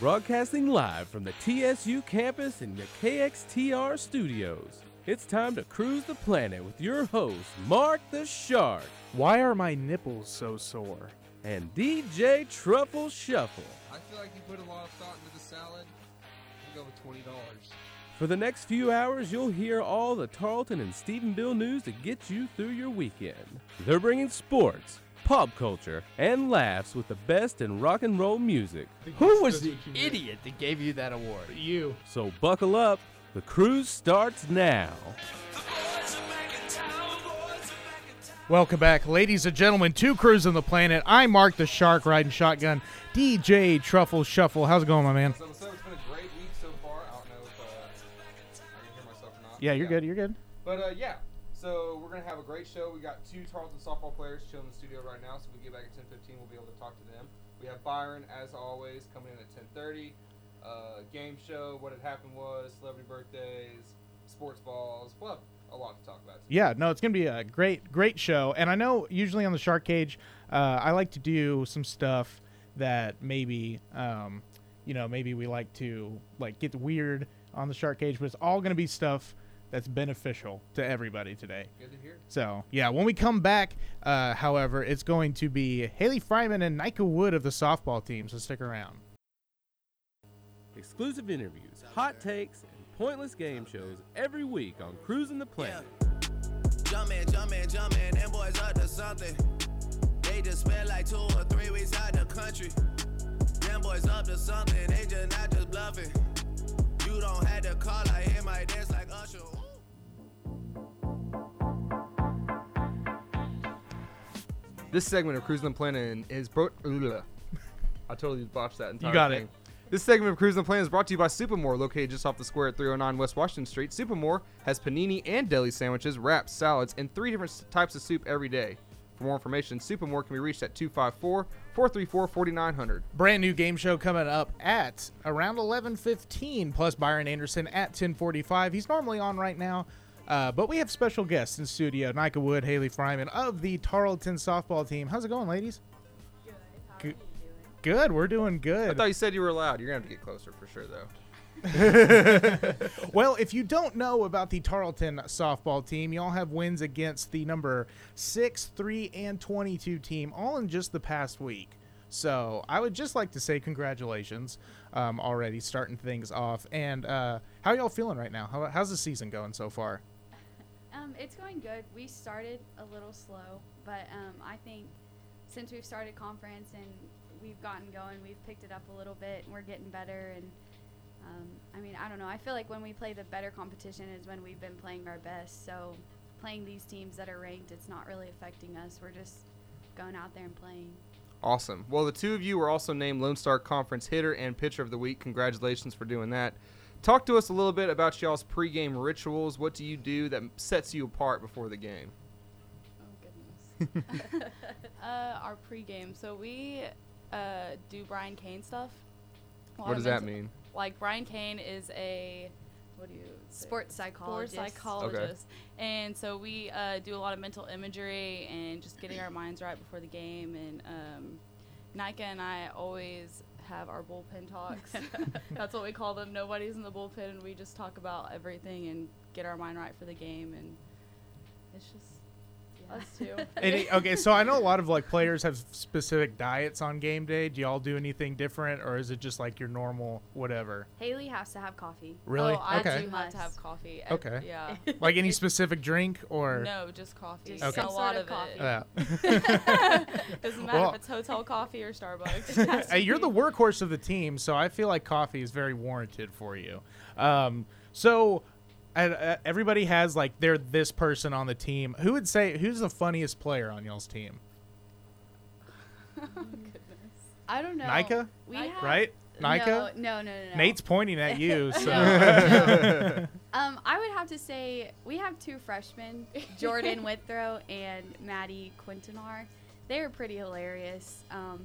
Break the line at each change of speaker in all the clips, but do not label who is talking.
Broadcasting live from the TSU campus in the KXTR studios. It's time to cruise the planet with your host, Mark the Shark,
Why are my nipples so sore?
and DJ Truffle Shuffle.
I feel like you put a lot of thought into the salad. I'll go with twenty dollars.
For the next few hours, you'll hear all the Tarleton and Stephenville news to get you through your weekend. They're bringing sports, pop culture, and laughs with the best in rock and roll music.
Who was the idiot that gave you that award?
You.
So buckle up, the cruise starts now.
Welcome back, ladies and gentlemen, to Cruising the Planet. I'm Mark the Shark riding shotgun. DJ Truffle Shuffle. How's it going, my man?
So, so it's been a great week so far. I don't know if uh, I can hear myself or not.
Yeah, you're good. You're good.
But uh, yeah, so we're gonna have a great show. We got two Tarleton softball players chilling in the studio right now. So we get back at ten fifteen, we'll be able to talk to them. We have Byron, as always, coming in at ten thirty. Uh, game show, what had happened was celebrity birthdays, sports balls. We'll have a lot to talk about.
Yeah, no, it's gonna be a great, great show. And I know usually on the Shark Cage, uh, I like to do some stuff that maybe, um, you know, maybe we like to like get weird on the Shark Cage, but it's all gonna be stuff that's beneficial to everybody today.
Good to hear.
So yeah, when we come back, uh, however, it's going to be Haley Fryman and Nika Wood of the softball team. So stick around.
Exclusive interviews, hot takes, and pointless game shows every week on Cruising the Planet.
Jumpin', jumpin', jumpin', them boys up to something. They just spent like two or three weeks out the country. Them boys up to something, they just not just bluffing. You don't have to call, I hear my dance like Usher. Ooh.
This segment of Cruising the Planet is bro- I totally botched that entire
got it.
thing. This segment of Cruising the Planet is brought to you by Supermore, located just off the square at 309 West Washington Street. Supermore has panini and deli sandwiches, wraps, salads, and three different s- types of soup every day. For more information, Supermore can be reached at 254 434 4900.
Brand new game show coming up at around 11:15. Plus Byron Anderson at 10:45. He's normally on right now, uh, but we have special guests in studio: Nika Wood, Haley Fryman of the Tarleton softball team. How's it going, ladies? Good. Good. We're doing good.
I thought you said you were loud. You're going to have to get closer for sure, though.
Well, if you don't know about the Tarleton softball team, y'all have wins against the number 6, 3, and 22 team all in just the past week. So I would just like to say congratulations um, already starting things off. And uh, how y'all feeling right now? How, how's the season going so far?
Um, it's going good. We started a little slow, but um, I think since we've started conference and we've gotten going, we've picked it up a little bit. And we're getting better, and um, I mean, I don't know. I feel like when we play the better competition is when we've been playing our best. So playing these teams that are ranked, it's not really affecting us. We're just going out there and playing.
Awesome. Well, the two of you were also named Lone Star Conference Hitter and Pitcher of the Week. Congratulations for doing that. Talk to us a little bit about y'all's pregame rituals. What do you do that sets you apart before the game?
Oh goodness.
Uh, our pregame. So we uh, do Brian Kane stuff. A lot
What
of
does that
mental-
mean?
Like Brian Kane is a what do you say? Sports
Sports psychologist.
psychologist, and so we uh, do a lot of mental imagery and just getting our minds right before the game. And um, Nika and I always have our bullpen talks. That's what we call them. Nobody's in the bullpen, and we just talk about everything and get our mind right for the game. And it's just us two.
Any, okay, so I know a lot of like players have specific diets on game day. Do y'all do anything different, or is it just like your normal whatever?
Haley has to have coffee.
Really?
Oh, I
okay.
do have to have
Must.
coffee. ev-
Okay.
Yeah.
Like any specific drink or?
No, just coffee.
Just
Okay.
A
some
lot
sort of
of,
coffee.
it.
Yeah.
Doesn't matter
Well-
if it's hotel coffee or Starbucks.
Hey, you're the workhorse of the team, so I feel like coffee is very warranted for you. Um, so I, I- everybody has like they're this person on the team. Who would say who's the funniest player on y'all's team?
I don't know.
Nika?
We
Nika?
have-
Right? Nika?
No, no, no, no. no.
Nate's pointing at you, so
Um, I would have to say we have two freshmen, Jordan Withrow and Maddie Quintanar. They are pretty hilarious. Um,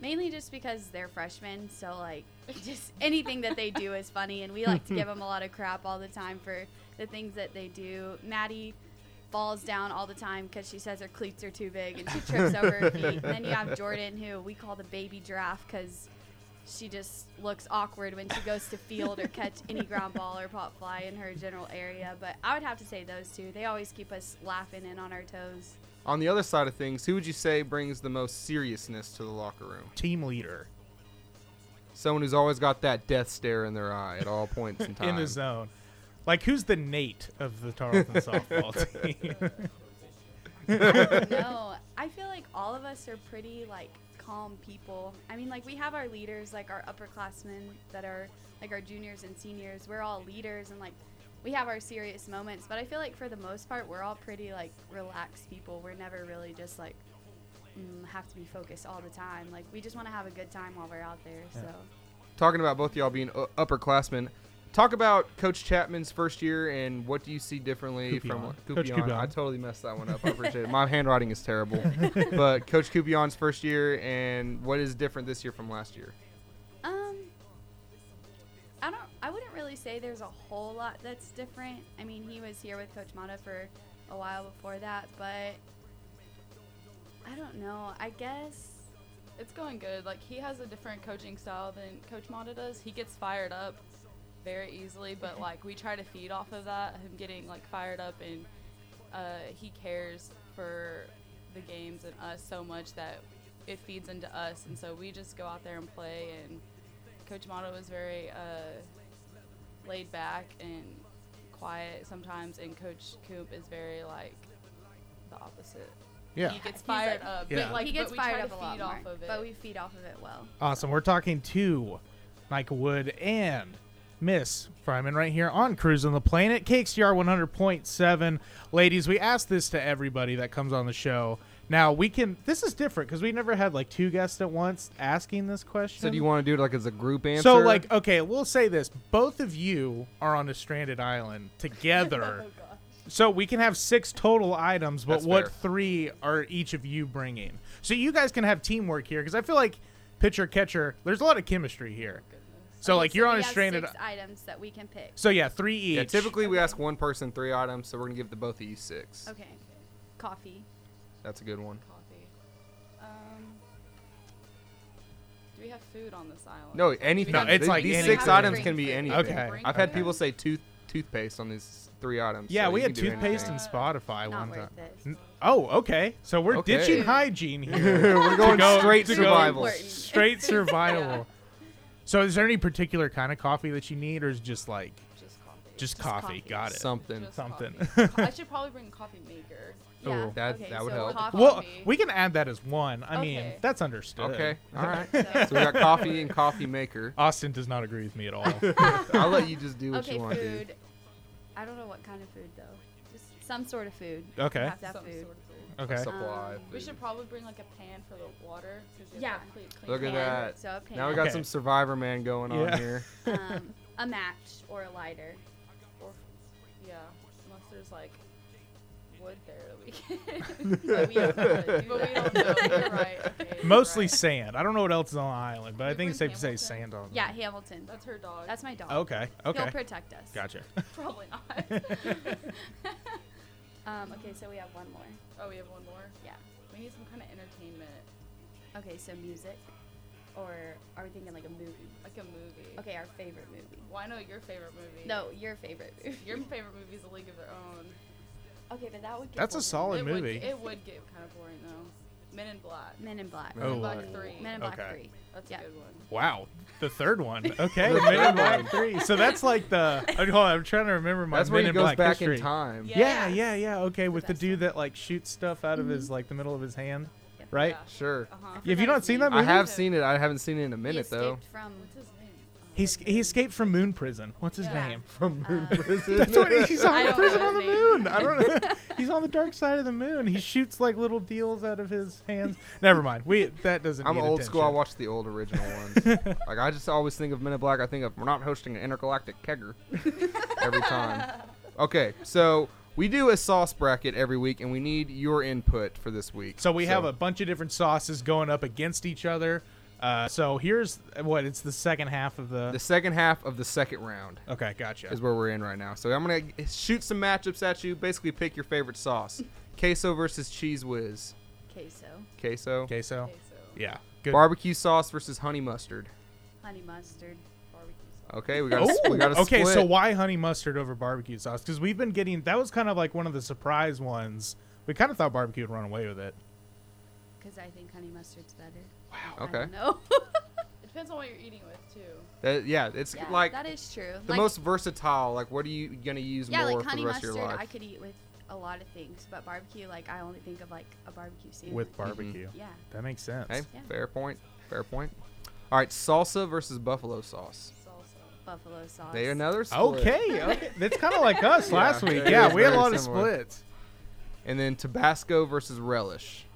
mainly just because they're freshmen, so like just anything that they do is funny, and we like to give them a lot of crap all the time for the things that they do. Maddie falls down all the time because she says her cleats are too big and she trips over her feet. And then you have Jordan, who we call the baby giraffe because she just looks awkward when she goes to field or catch any ground ball or pop fly in her general area. But I would have to say those two. They always keep us laughing and on our toes.
On the other side of things, who would you say brings the most seriousness to the locker room?
Team leader
Someone who's always got that death stare in their eye at all points in time.
in the zone. Like who's the Nate of the Tarleton softball team?
no, I feel like all of us are pretty like calm people. I mean, like we have our leaders, like our upperclassmen that are like our juniors and seniors. We're all leaders and like we have our serious moments, but I feel like for the most part, we're all pretty like relaxed people. We're never really just like mm, have to be focused all the time. Like we just want to have a good time while we're out there. So
Talking about both y'all being u- upperclassmen, talk about Coach Chapman's first year and what do you see differently from
Kupion. Coach
Kupion.
Kupion.
I totally messed that one up. I appreciate it. My handwriting is terrible. but Coach Kupion's first year and what is different this year from last year?
Um, I don't. I wouldn't really say there's a whole lot that's different. I mean, he was here with Coach Mata for a while before that, but I don't know. I guess.
It's going good. Like he has a different coaching style than Coach Mata does. He gets fired up very easily, but like we try to feed off of that. Him getting like fired up, and uh, he cares for the games and us so much that it feeds into us, and so we just go out there and play. And Coach Mata was very uh, laid back and quiet sometimes, and Coach Coop is very like the opposite.
yeah.
He gets
He's
fired
like-
up,
Yeah.
but like
he gets
but we try
fired
to
up a lot
feed off
more,
of it.
but we feed off of it well.
Awesome. We're talking to Mike Wood and Miss Fryman right here on Cruising the Planet, KXDR 100.7. Ladies, we ask this to everybody that comes on the show. Now, we can, this is different because we never had like two guests at once asking this question.
So do you want to do it like as a group answer?
So, like, okay, we'll say this. Both of you are on a stranded island together.
Oh,
so we can have six total items, but
That's
what
fair.
three are each of you bringing? So you guys can have teamwork here because I feel like pitcher catcher, there's a lot of chemistry here. So,
Okay,
like, you're
we
on a
have
stranded.
six items that we can pick.
So, yeah, three each.
yeah, typically we ask one person three items, so we're gonna give the both of you six.
Okay, coffee.
That's a good one.
coffee. Um, do we have food on this island?
No, anything.
No, it's
These-
like
these
anything.
six items can be
Okay.
anything.
Okay.
I've had people say tooth toothpaste on these three items.
Yeah,
so
we
you
had
can do
toothpaste
anything.
and Spotify
Not
one
worth
time.
it.
N- Oh, okay. So we're
Okay.
ditching hygiene here.
We're going
go-
straight
to go-
survival.
Important.
Straight survival. So, is there any particular kind of coffee that you need, or is it just like
Just coffee.
just,
Just
coffee.
coffee.
Got it.
Something.
Just
something.
coffee. Co- I should probably bring a coffee maker.
Yeah.
Ooh.
Oh, That-
okay,
that would
so
help.
Coffee.
Well, we can add that as one. I mean,
Okay.
that's understood.
Okay. All right.
So-
So we got coffee and coffee maker.
Austin does not agree with me at all.
I'll let you just do what
okay,
you want,
food.
dude.
I don't know what kind of food though. Just some sort of food.
Okay.
We have to have
Some
food.
sort of food.
okay.
Supply.
Um,
food.
We should probably bring like a pan for the water. 'cause you
Yeah.
have to clean- clean
Look
the
at
Pan,
water.
that.
So a pan.
Now we got
Okay.
some Survivor Man going
Yeah.
on here.
um, a match or a lighter.
Or, yeah, unless there's like wood there that we can. but we don't know. But we don't know. You're right. Okay, you're
Mostly
right.
sand. I don't know what else is on the island, but I
We
think it's safe
bring
to say
Hamilton?
sand on.
Yeah, Hamilton.
That's her dog.
That's my dog.
Okay. Okay.
He'll protect us.
Gotcha.
probably not.
Um, okay, so we have one more.
oh, we have one more.
Yeah.
We need some kind of entertainment,
Okay, so music, or are we thinking like a movie?
like a movie.
Okay, our favorite movie.
Well, I know your favorite movie.
No, your favorite movie.
Your favorite movie is A League of Their Own.
Okay, but that would. Get
That's a
boring.
solid
it
movie.
Would, it would get kind of boring though. Men in Black.
Men in Black.
Men in
Oh,
Black
Lord.
Three.
Men in Black
Okay.
Three.
That's
yeah.
a good one.
wow. The third one. Okay.
The
Men in
third
Black
one.
Three. So that's like the. oh, Hold on, I'm trying to remember my.
That's
Men
where he
in
goes
Black
back
history.
in time.
Yeah.
Yeah, yeah, yeah. Okay, with the Mm-hmm.
best
dude that like shoots stuff out of his like the middle of his hand,
Yep.
right?
Yeah.
Sure.
Uh-huh.
If you
forgot
not
his
seen
name.
that
I
movie,
have seen it. I haven't seen it in a
He
minute though.
escaped From
What's his name?
he, s- he escaped from moon prison. What's his
Yeah.
name?
From Moon
Uh,
Prison.
That's what he- he's
I
on
don't
prison
know
on the
his name.
moon. I don't know. he's on the dark side of the moon. He shoots like little deals out of his hands. Never mind. We that doesn't.
I'm
need
old school. I
attention.
watch the old original ones. like I just always think of Men in Black. I think of we're not hosting an intergalactic kegger every time. Okay, so we do a sauce bracket every week, and we need your input for this week.
So we have a bunch of different sauces going up against each other. Uh, so here's what it's the second half of the.
the second half of the second round
okay, gotcha.
is where we're in right now. So I'm gonna shoot some matchups at you. Basically, pick your favorite sauce: queso versus cheese whiz,
Queso.
queso,
Okay, so
Okay, so
yeah, good.
barbecue sauce versus honey mustard,
honey mustard barbecue sauce.
Okay, we got a, we got a
okay,
split.
so why honey mustard over barbecue sauce? Because we've been getting that was kind of like one of the surprise ones. We kind of thought barbecue would run away with it.
Because I think honey mustard's better.
Wow.
I
Okay.
don't know.
It depends on what you're eating with too.
That- yeah, it's
yeah,
like
that is true.
the
like,
most versatile. Like, what are you gonna use
yeah,
more
like
for
honey
the rest
mustard,
of your life?
I could eat with a lot of things, but barbecue, like I only think of like a barbecue sandwich.
With barbecue,
Yeah.
that makes sense.
Mm-hmm. Hey,
Yeah.
fair point. Fair point. All right, salsa versus buffalo sauce.
Salsa.
Buffalo sauce.
They another split.
Okay, okay, that's kind of like us
Yeah,
last week.
it
Yeah,
is
we had a
very
lot of
similar.
splits.
And then Tabasco versus relish.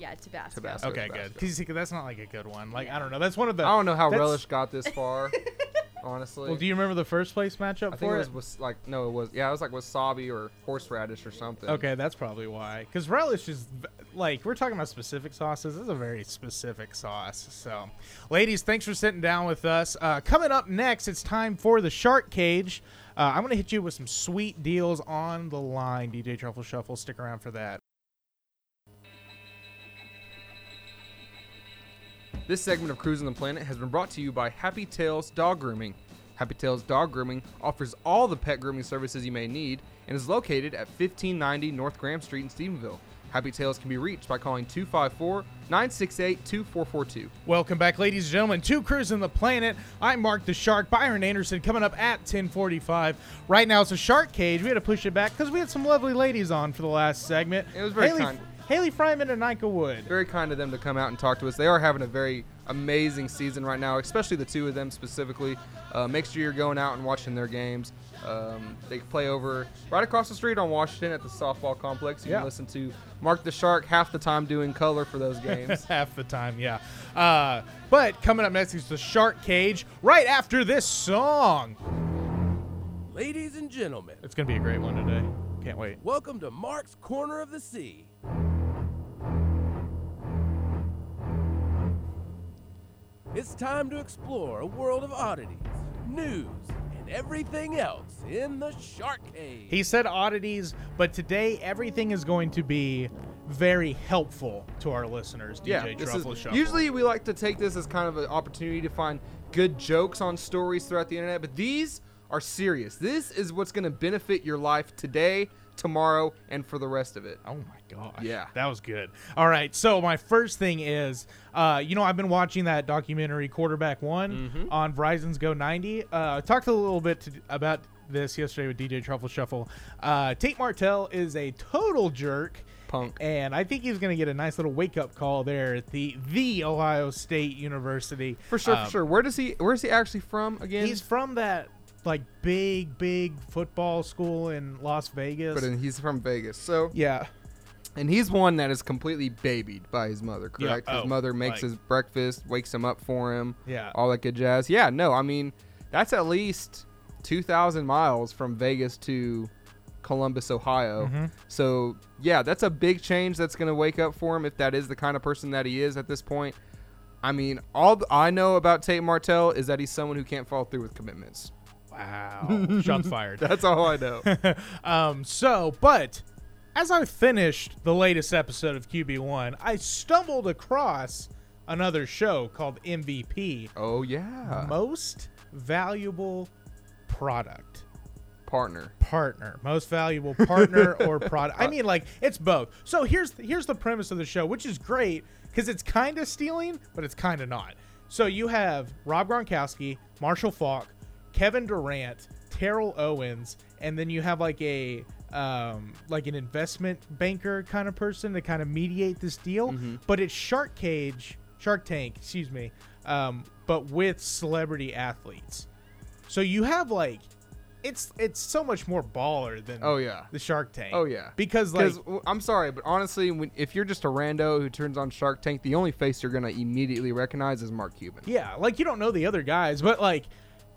Yeah, Tabasco.
Tabasco. That's
Okay,
good,
good.
that's
'Cause that's not like a good one. Like I don't know. That's one of the.
I don't know how
that's-
relish got this far. honestly,
Well, do you remember the first place matchup
I think
for
it was, was like no, it was yeah, it was like wasabi or horseradish or something.
Okay, that's probably why. Because relish is v- like we're talking about specific sauces. This is a very specific sauce. So, ladies, thanks for sitting down with us. Uh, coming up next, it's time for the Shark Cage. Uh, I'm gonna hit you with some sweet deals on the line. DJ Truffle Shuffle, stick around for that.
This segment of Cruising the Planet has been brought to you by Happy Tails Dog Grooming. Happy Tails Dog Grooming offers all the pet grooming services you may need and is located at 1590 North Graham Street in Stephenville. Happy Tails can be reached by calling 254 968 2442.
Welcome back, ladies and gentlemen, to Cruising the Planet. I'm Mark the Shark, Byron Anderson, coming up at 1045. Right now, it's a shark cage. We had to push it back because we had some lovely ladies on for the last segment.
It was very
Haley,
kind.
Haley Fryman and Nika Wood.
Very kind of them to come out and talk to us. They are having a very amazing season right now, especially the two of them specifically. Uh, make sure you're going out and watching their games. Um, they play over right across the street on Washington at the softball complex. You
Yeah.
can listen to Mark the Shark half the time doing color for those games.
Half the time, yeah. Uh, but coming up next is the shark cage right after this song.
Ladies and gentlemen,
It's going to be a great one today. Can't wait.
welcome to Mark's Corner of the Sea. It's time to explore a world of oddities, news, and everything else in the Shark Cage.
He said oddities, but today everything is going to be very helpful to our listeners. DJ
yeah, this
Truffle
is,
Shuffle.
usually we like to take this as kind of an opportunity to find good jokes on stories throughout the internet, but these are serious. This is what's going to benefit your life today, tomorrow, and for the rest of it.
Oh my gosh.
Yeah.
That was good. All right. So my first thing is, uh, you know, I've been watching that documentary quarterback one
Mm-hmm.
on Verizon's Go 90. Uh, I talked a little bit to, about this yesterday with DJ Truffle Shuffle. Uh, Tate Martell is a total jerk.
Punk.
And I think he's going to get a nice little wake up call there at the the Ohio State University.
For sure,
Um,
for sure. Where does he? Where is he actually from again?
He's from that like big, big football school in Las Vegas.
but then he's from Vegas. So,
yeah.
and he's one that is completely babied by his mother,
Yeah,
correct?
oh,
his mother makes
like-
his breakfast, wakes him up for him,
Yeah.
all that good jazz. Yeah, no, I mean, that's at least two thousand miles from Vegas to Columbus, Ohio.
Mm-hmm.
So, yeah, that's a big change that's gonna wake up for him if that is the kind of person that he is at this point. I mean, all th- I know about Tate Martell is that he's someone who can't follow through with commitments.
Wow. Shots fired.
That's all I know.
um, so, but as I finished the latest episode of QB1, I stumbled across another show called MVP
oh yeah,
Most Valuable Product
partner.
partner most valuable partner or product i mean like it's both so here's here's the premise of the show which is great because it's kind of stealing but it's kind of not so you have rob gronkowski marshall falk kevin durant terrell owens and then you have like a um, like an investment banker kind of person to kind of mediate this deal
Mm-hmm.
but it's shark cage shark tank excuse me um, but with celebrity athletes so you have like it's it's so much more baller than
Oh, yeah.
the Shark Tank.
Oh, yeah.
Because like
Because I'm sorry, but honestly, when, if you're just a rando who turns on Shark Tank, the only face you're gonna immediately recognize is Mark Cuban.
yeah, like you don't know the other guys, but like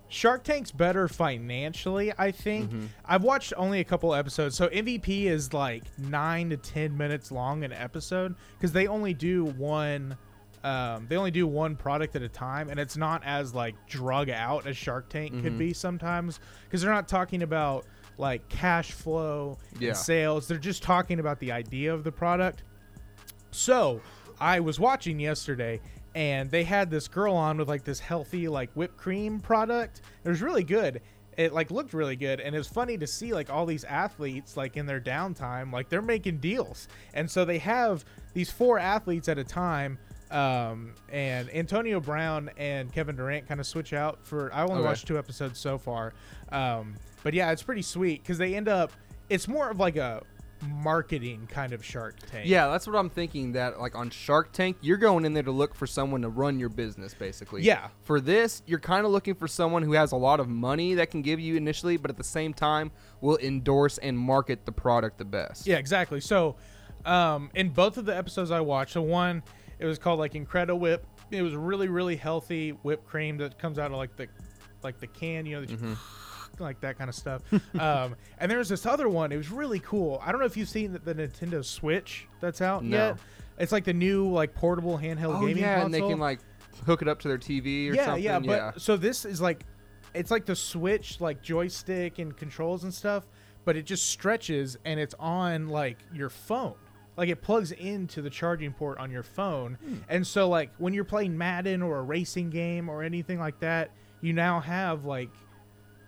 Shark Tank's better financially, I think. I've watched only a couple episodes. So MVP is like 9 to 10 minutes long an episode cuz they only do one um, they only do one product at a time and it's not as like drug out as Shark Tank could be sometimes cuz they're not talking about like cash flow
Yeah.
and sales. They're just talking about the idea of the product. So I was watching yesterday, and they had this girl on with like this healthy like whipped cream product. It was really good. It like looked really good, and it was funny to see like all these athletes like in their downtime, like they're making deals, and so they have these four athletes at a time. Um, and Antonio Brown and Kevin Durant kind of switch out for. I only
Okay.
watched two episodes so far, um, but yeah, it's pretty sweet because they end up. It's more of like a marketing kind of Shark Tank.
Yeah, that's what I'm thinking. That like on Shark Tank, you're going in there to look for someone to run your business, basically.
Yeah.
For this, you're kind of looking for someone who has a lot of money that can give you initially, but at the same time will endorse and market the product the best.
Yeah, exactly. So, um, in both of the episodes I watched, so one it was called like Incredi Whip. It was really, really healthy whipped cream that comes out of like the, like the can, you know, that you
Mm-hmm.
like that kind of stuff. um, and there was this other one. It was really cool. I don't know if you've seen the, the Nintendo Switch that's out
No.
yet. It's like the new like portable handheld
Oh
gaming
yeah,
console.
and they can like hook it up to their TV or
yeah,
something.
yeah. But so this is like, it's like the Switch like joystick and controls and stuff, but it just stretches and it's on like your phone. Like it plugs into the charging port on your phone,
Hmm.
and so like when you're playing Madden or a racing game or anything like that, you now have like.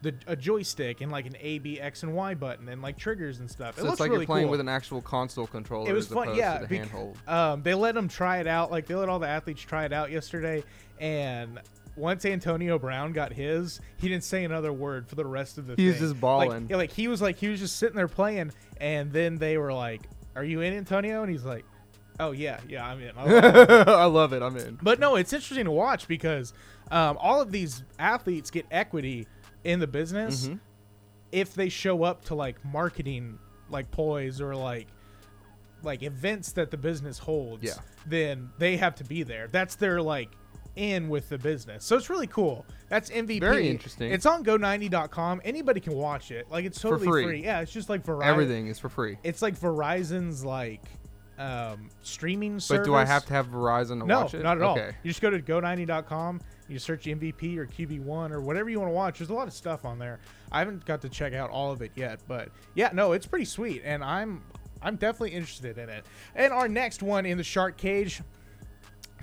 The, a joystick and like an A, B, X, and Y button and like triggers and stuff. it
So it's
looks
like
really
you're playing
cool
with an actual console controller.
it was
as
fun
opposed
yeah
To the
bec-
handhold.
um, they let them try it out like they let all the athletes try it out yesterday and once antonio brown got his he didn't say another word for the rest of the
He
thing
was just
like,
balling.
yeah, like he was like he was just sitting there playing and then they were like are you in antonio and he's like oh yeah yeah i'm in I was like,
I love it. I'm in.
but no, it's interesting to watch because um, all of these athletes get equity in the business
Mm-hmm.
if they show up to like marketing, like poise or like like events that the business holds.
Yeah.
Then they have to be there. That's their like in with the business. So it's really cool. That's MVP.
Very interesting.
It's on go90.com. Anybody can watch it. Like it's totally
free.
Yeah, it's just like Verizon.
Everything is for free.
It's like Verizon's like um streaming service.
But do I have to have Verizon to
No,
watch it?
not at all.
Okay.
You just go to go90.com, you search MVP or QB1 or whatever you want to watch. There's a lot of stuff on there. I haven't got to check out all of it yet, but yeah, no, it's pretty sweet and I'm I'm definitely interested in it. And our next one in the shark cage,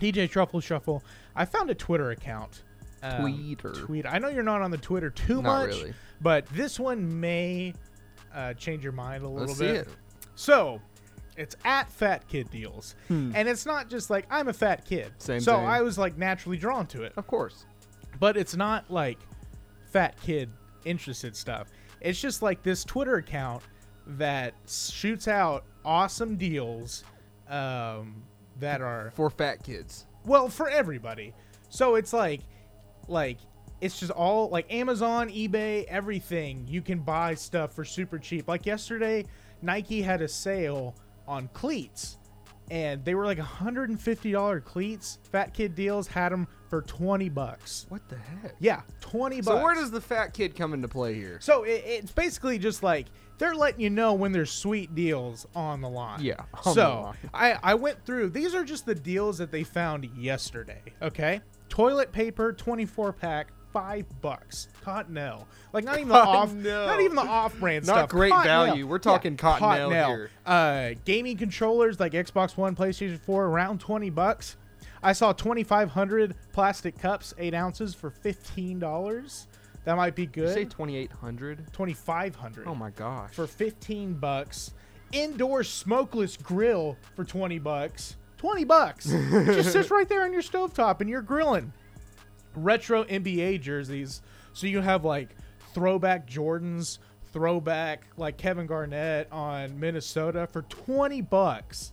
DJ Truffle Shuffle. I found a Twitter account. um,
Tweeter.
Tweet. I know you're not on the Twitter too
Not
much,
really.
but this one may uh, change your mind a little
Let's see
bit.
it.
So it's at Fat Kid Deals.
Hmm.
And it's not just like I'm a fat kid.
Hmm. Same
so
thing.
I was like naturally drawn to it.
Of course.
But it's not like fat kid interested stuff. It's just like this Twitter account that shoots out awesome deals um, that are
For fat kids.
well for everybody so it's like like it's just all like amazon ebay everything you can buy stuff for super cheap like yesterday nike had a sale on cleats and they were like $150 cleats fat kid deals had them for 20 bucks
What the heck?
yeah 20
So
bucks
where does the fat kid come into play here?
so it, it's basically just like they're letting you know when there's sweet deals on the line.
Yeah, on the
So
line.
I, I went through. These are just the deals that they found yesterday. Okay. Toilet paper, 24 pack, five bucks. Cottonelle. Like not even
Oh,
the off,
Cottonelle.
not even the off brand
Not
stuff.
great
Cottonelle.
value. We're talking Cottonelle here.
Uh, gaming controllers like Xbox One, PlayStation 4, around 20 bucks. I saw 2,500 plastic cups, eight ounces for $15. That might be good.
You say 2800?
2500
Oh my gosh.
for 15 bucks indoor smokeless grill for 20 bucks 20 bucks it just sits right there on your stovetop and you're grilling retro nba jerseys so you have like throwback jordans throwback like kevin garnett on minnesota for 20 bucks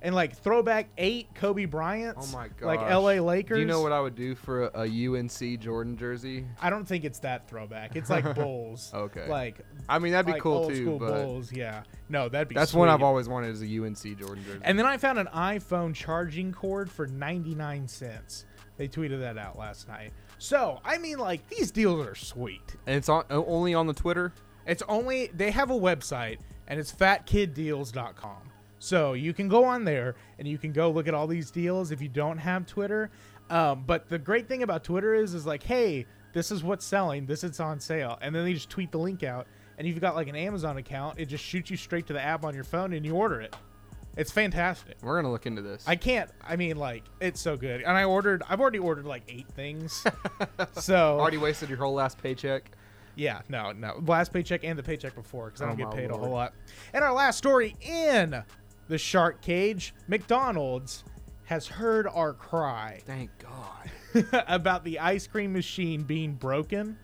and like throwback eight kobe bryant's
Oh my gosh.
like la lakers
Do you know what I would do for a, a UNC Jordan jersey?
I don't think it's that throwback. It's like bulls.
Okay.
Like
I mean, that'd be
like
cool
old
too,
school
but
bulls. Yeah. No, that'd be.
that's one I've
sweet.
always wanted is a UNC Jordan jersey.
And then I found an iPhone charging cord for 99 cents. They tweeted that out last night. So I mean, like these deals are sweet.
And it's on, o- only on the Twitter.
It's only they have a website and it's fatkiddeals.com. So you can go on there and you can go look at all these deals if you don't have Twitter. Um, but the great thing about Twitter is is like, hey, this is what's selling, this is on sale, and then they just tweet the link out. And you've got like an Amazon account, it just shoots you straight to the app on your phone and you order it. It's fantastic.
We're gonna look into this.
I can't. I mean, like, it's so good. And I ordered. I've already ordered like eight things. so
already wasted your whole last paycheck.
Yeah, no, no. Last paycheck and the paycheck before because I
Oh,
don't get
my
paid a
lord.
whole lot. And our last story in the shark cage McDonald's has heard our cry
Thank God.
about the ice cream machine being broken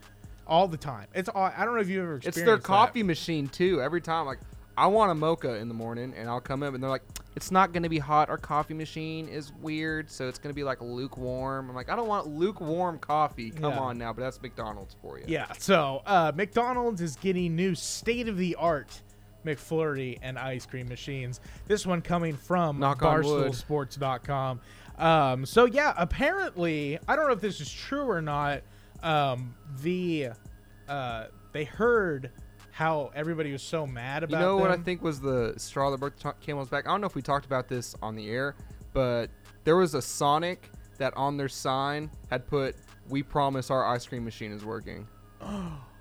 all the time. It's all, I don't know if you've ever
It's
experienced
their
that.
coffee machine too. Every time, like I want a mocha in the morning, and I'll come up, and they're like, "It's not gonna be hot. Our coffee machine is weird, so it's gonna be like lukewarm." I'm like, "I don't want lukewarm coffee. Come
Yeah.
on now." But that's McDonald's for you.
Yeah, so uh, McDonald's is getting new state of the art McFlurry and ice cream machines. This one coming from
Knock on wood.
BarstoolSports.com. Um, so, yeah, apparently, I don't know if this is true or not. Um, the uh, They heard how everybody was so mad
You
about
know what I
them.
think was the straw that broke the t- camel's back? I don't know if we talked about this on the air, but there was a Sonic that on their sign had put, "We promise our ice cream machine is working."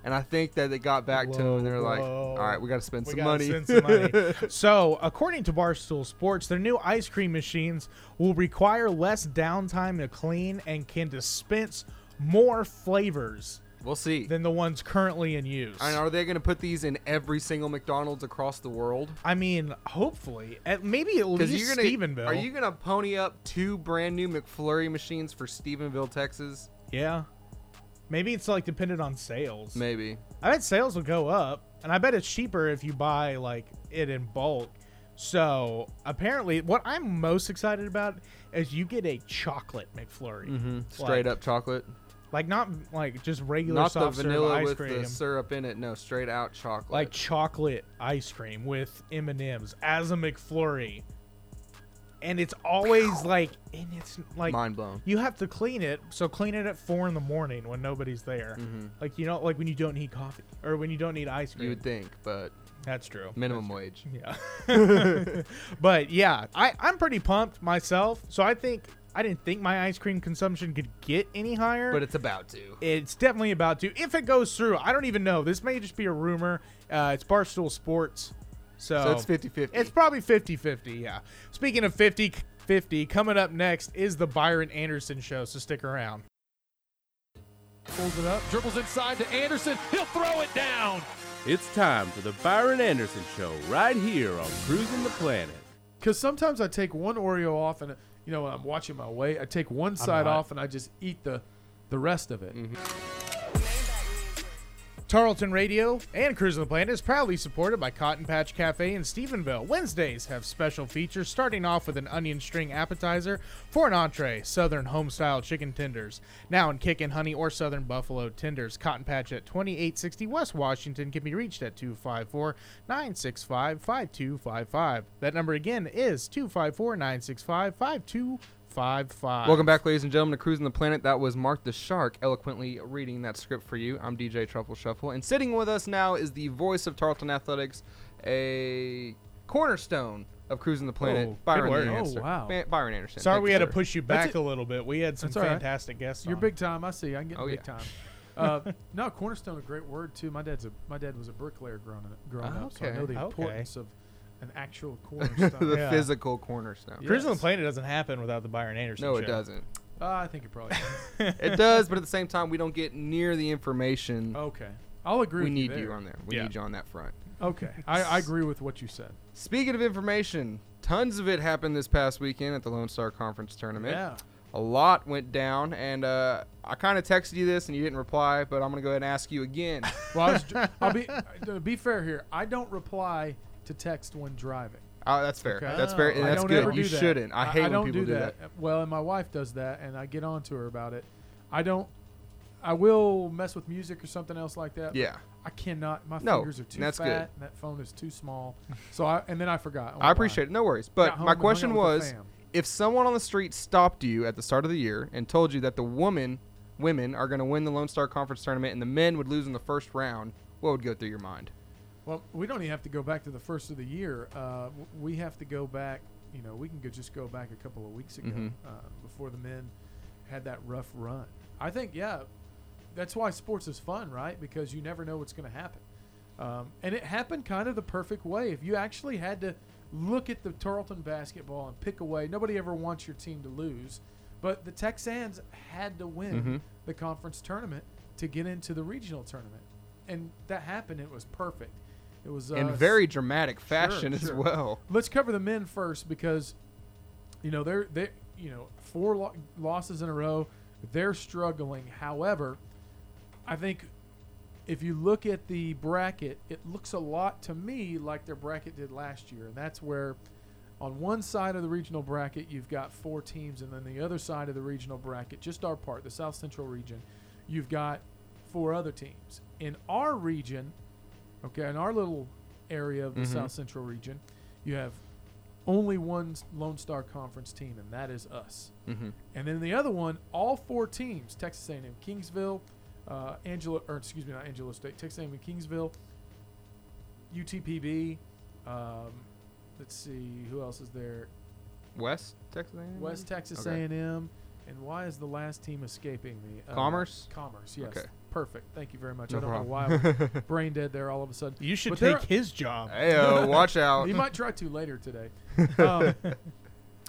and I think that they got back to him and they're like,
Whoa,
"All right, we got to spend
We
some
gotta
money."
spend some money. so, according to Barstool Sports, their new ice cream machines will require less downtime to clean and can dispense more flavors
we'll see.
than the ones currently in use.
And are they going to put these in every single McDonald's across the world?
I mean, hopefully, at maybe at least
you're gonna,
Stephenville.
Are you going to pony up two brand new McFlurry machines for Stephenville, Texas?
yeah. Maybe it's like dependent on sales.
Maybe.
I bet sales will go up, and I bet it's cheaper if you buy like it in bulk. So apparently, what I'm most excited about is you get a chocolate McFlurry,
Mm-hmm. Straight
Like-
up chocolate.
like not like just regular
Not the
soft serve
vanilla
ice
with
cream,
the syrup in it. No, straight out chocolate.
like chocolate ice cream with M and M's as a McFlurry, and it's always like, and it's like
mind blown.
you have to clean it, so clean it at four in the morning when nobody's there,
Mm-hmm.
like you know, like when you don't need coffee or when you don't need ice cream.
You would think, but
That's true.
minimum wage.
Yeah. but yeah, I, I'm pretty pumped myself. So I think I didn't think my ice cream consumption could get any higher.
But it's about to.
it's definitely about to. If it goes through, I don't even know. This may just be a rumor. Uh, it's Barstool Sports. So,
So it's 50-50.
It's probably 50 50. Yeah. Speaking of 50 50, coming up next is the Byron Anderson show. So stick around. Pulls it up.
Dribbles inside to Anderson. He'll throw it down.
It's time for the Byron Anderson Show right here on Cruising the Planet.
Because sometimes I take one Oreo off, and you know when I'm watching my weight, I take one side
hot.
off, and I just eat the the rest of it.
Mm-hmm.
Tarleton Radio and Cruise of the Planet is proudly supported by Cotton Patch Cafe in Stephenville. Wednesdays have special features, starting off with an onion string appetizer for an entree, Southern home-style chicken tenders. Now in Kickin' Honey or Southern Buffalo Tenders, Cotton Patch at 2860 West Washington can be reached at 254-965-5255. That number again is 254-965-5255.
Welcome back, ladies and gentlemen, to Cruising the Planet. That was Mark the Shark eloquently reading that script for you. I'm DJ Truffle Shuffle, and sitting with us now is the voice of Tarleton Athletics, a cornerstone of Cruising the Planet,
Oh, good
Byron
word.
Oh,
Anderson.
wow.
Ba- Byron Anderson.
Sorry
Thank
we
you,
had to
sir.
push you
That's
back a little bit. We had some
That's all right.
fantastic guests
You're
on.
big time. I see. I'm getting
Oh,
big
yeah.
time. Uh, no, Cornerstone, a great word too. My dad's a my dad was a bricklayer growing up, growing up, so I
Okay.
know the
Okay.
importance of an actual cornerstone.
the
Yeah.
physical cornerstone.
Yeah.
Cruising the
Yes.
Planet doesn't happen without the Byron Anderson.
No, it
show.
doesn't.
uh, I think it probably.
It does, but at the same time, we don't get near the information.
okay, I'll agree.
we
with
need
you,
you,
there.
on there. We
Yeah.
need you on that front.
Okay, I, I agree with what you said.
Speaking of information, tons of it happened this past weekend at the Lone Star Conference tournament.
Yeah.
A lot went down, and uh, I kind of texted you this, and you didn't reply. But I'm gonna go ahead and ask you again.
Well, I was, dr- I'll be to be fair here. I don't reply to text when driving.
Uh, that's fair.
Okay. Oh.
That's fair. and
I
that's
don't
good.
ever
You
do that.
shouldn't. I hate
I
when
don't
people
do that. Well, and my wife does that, and I get on to her about it. I don't. I will mess with music or something else like that. but
Yeah.
I cannot. My
No,
fingers are too
and that's
fat,
good.
and that phone is too small. So I and then I forgot.
I appreciate it. No worries. But
home
my
and hung
question
out with the
was,
fam.
if someone on the street stopped you at the start of the year and told you that the woman, women are gonna win the Lone Star Conference tournament and the men would lose in the first round, what would go through your mind?
Well, we don't even have to go back to the first of the year. Uh, w- we have to go back. You know, we can go, just go back a couple of weeks ago
Mhm.
uh, before the men had that rough run. I think, yeah, that's why sports is fun, right? Because you never know what's going to happen. Um, and it happened kind of the perfect way. If you actually had to look at the Tarleton basketball and pick away. Nobody ever wants your team to lose, but the Texans had to win
Mhm.
the conference tournament to get into the regional tournament, and that happened. It was perfect. It was uh,
in
s-
very dramatic fashion
sure.
as well.
Let's cover the men first because, you know, they're they you know four lo- losses in a row. They're struggling. However, I think if you look at the bracket, it looks a lot to me like their bracket did last year, and that's where. On one side of the regional bracket, you've got four teams, and then the other side of the regional bracket, just our part, the South Central region, you've got four other teams. In our region, okay, in our little area of the
Mhm.
South Central region, you have only one s- Lone Star Conference team, and that is us.
Mm-hmm.
And then the other one, all four teams: Texas A&M, Kingsville, uh, Angela, or excuse me, not Angela State, Texas A&M, Kingsville, UTPB. Um, let's see, who else is there?
West Texas. A&M?
West Texas
Okay.
A&M, and why is the last team escaping me? Uh,
Commerce?
Commerce. Yes.
Okay.
Perfect. Thank you very much.
No
I don't know why
problem.
I was brain dead there all of a sudden.
You should
But there
take his job.
Hey, uh, watch out.
He might try to later today. Um,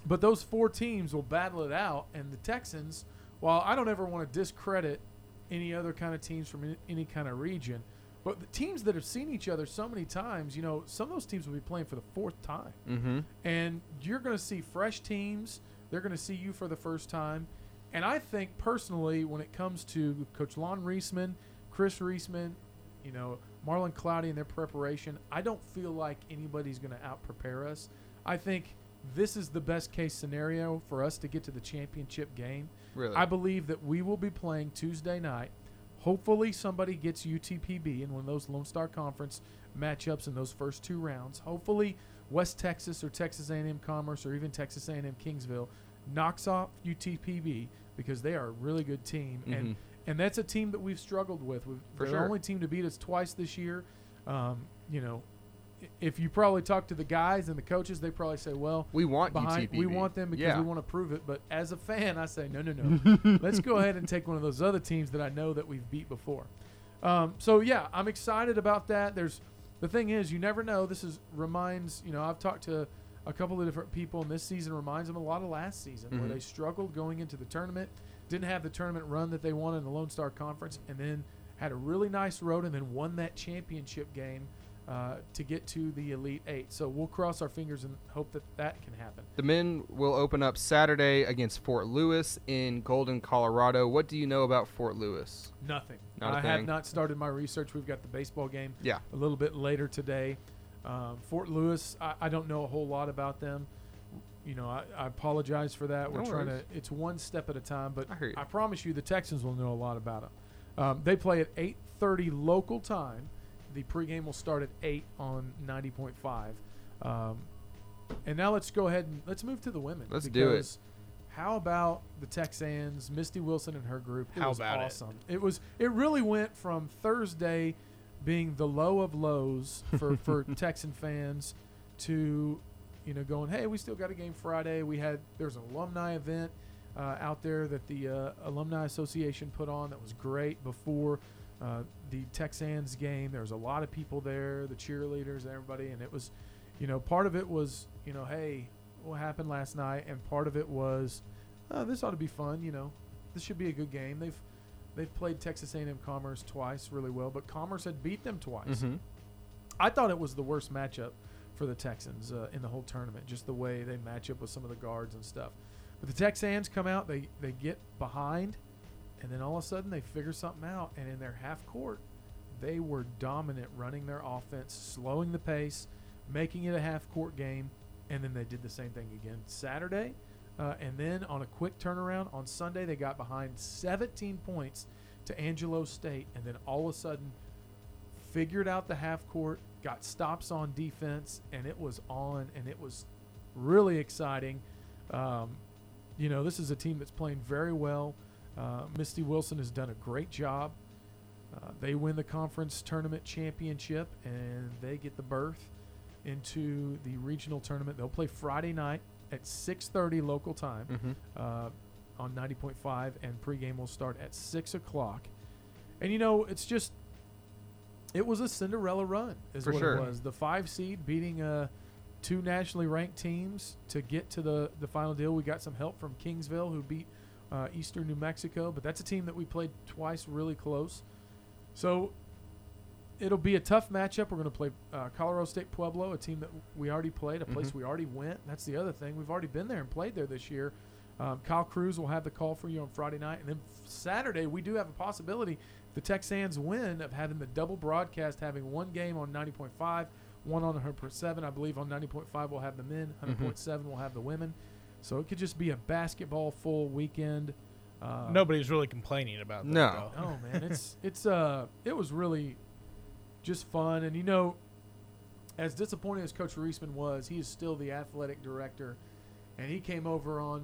but those four teams will battle it out, and the Texans. While I don't ever want to discredit any other kind of teams from any- any kind of region, but the teams that have seen each other so many times, you know, some of those teams will be playing for the fourth time
Mm-hmm.
and you're going to see fresh teams. They're going to see you for the first time. And I think personally, when it comes to Coach Lon Reisman, Chris Reisman, you know, Marlon Cloudy and their preparation, I don't feel like anybody's going to out prepare us. I think this is the best case scenario for us to get to the championship game.
Really?
I believe that we will be playing Tuesday night. Hopefully, somebody gets UTPB in one of those Lone Star Conference matchups in those first two rounds. Hopefully, West Texas or Texas A&M Commerce or even Texas A&M Kingsville knocks off UTPB because they are a really good team, and and that's a team that we've struggled with. We've,
Mm-hmm. For
they're
sure.
the only team to beat us twice this year. Um, you know, i- if you probably talk to the guys and the coaches, they probably say, "Well,
we want
behind
UTPB.
we want them because
yeah.
we want to prove it but as a fan i say no no no let's go ahead and take one of those other teams that i know that we've beat before um, so yeah i'm excited about that there's the thing is you never know this is reminds you know i've talked to a couple of different people and this season reminds them a lot of last season where
Mhm.
they struggled going into the tournament didn't have the tournament run that they wanted in the lone star conference and then had a really nice road and then won that championship game uh, to get to the elite eight so we'll cross our fingers and hope that that can happen
The men will open up Saturday against Fort Lewis in Golden, Colorado. What do you know about Fort Lewis?
Nothing.
Not a
I have
thing.
not started my research. We've got the baseball game
Yeah.
a little bit later today. Um, Fort Lewis, I, I don't know a whole lot about them. You know, I, I apologize for that. We're
No
trying
worries.
to. It's one step at a time, but
I hear you.
I promise you, the Texans will know a lot about them. Um, they play at 8:30 local time. The pregame will start at eight on 90.5. Um, and now let's go ahead and let's move to the women.
Let's do it.
because How about the Texans, Misty Wilson and her group? It
How
was
about it?
awesome. It was. It really went from Thursday being the low of lows for for Texan fans to you know going, hey, we still got a game Friday. We had there's an alumni event uh, out there that the uh, alumni association put on that was great before. Uh, the Texans game. There was a lot of people there, the cheerleaders, and everybody, and it was, you know, part of it was, you know, hey, what happened last night, and part of it was, oh, this ought to be fun. You know, this should be a good game. They've they've played Texas A&M Commerce twice really well, but Commerce had beat them twice.
Mhm.
I thought it was the worst matchup for the Texans uh, in the whole tournament, just the way they match up with some of the guards and stuff. But the Texans come out, they they get behind, and then all of a sudden they figure something out, and in their half court, they were dominant running their offense, slowing the pace, making it a half court game, and then they did the same thing again Saturday. Uh, and then on a quick turnaround on Sunday, they got behind 17 points to Angelo State, and then all of a sudden figured out the half court, got stops on defense, and it was on, and it was really exciting. Um, you know, this is a team that's playing very well. Uh, Misty Wilson has done a great job. Uh, they win the conference tournament championship, and they get the berth into the regional tournament. They'll play Friday night at 6:30 local time
Mhm.
uh, on 90.5, and pregame will start at six o'clock. And you know, it's just it was a Cinderella run, is
For
what
sure.
it was. The five seed beating a two nationally ranked teams to get to the, the final deal. We got some help from Kingsville, who beat uh, Eastern New Mexico, but that's a team that we played twice really close. So it'll be a tough matchup. We're going to play uh, Colorado State Pueblo, a team that we already played, a place we already went. That's the other thing. We've already been there and played there this year. Um, Kyle Cruz will have the call for you on Friday night. And then Saturday, we do have a possibility, if the Texans win, of having the double broadcast, having one game on 90.5, one on 100.7. I believe on 90.5 we'll have the men, 100.7 we'll have the women. So it could just be a basketball full weekend. Uh,
Nobody's really complaining about that.
No.
though.
Oh man, it's it's uh it was really just fun and you know as disappointed as Coach Reisman was, he is still the athletic director and he came over on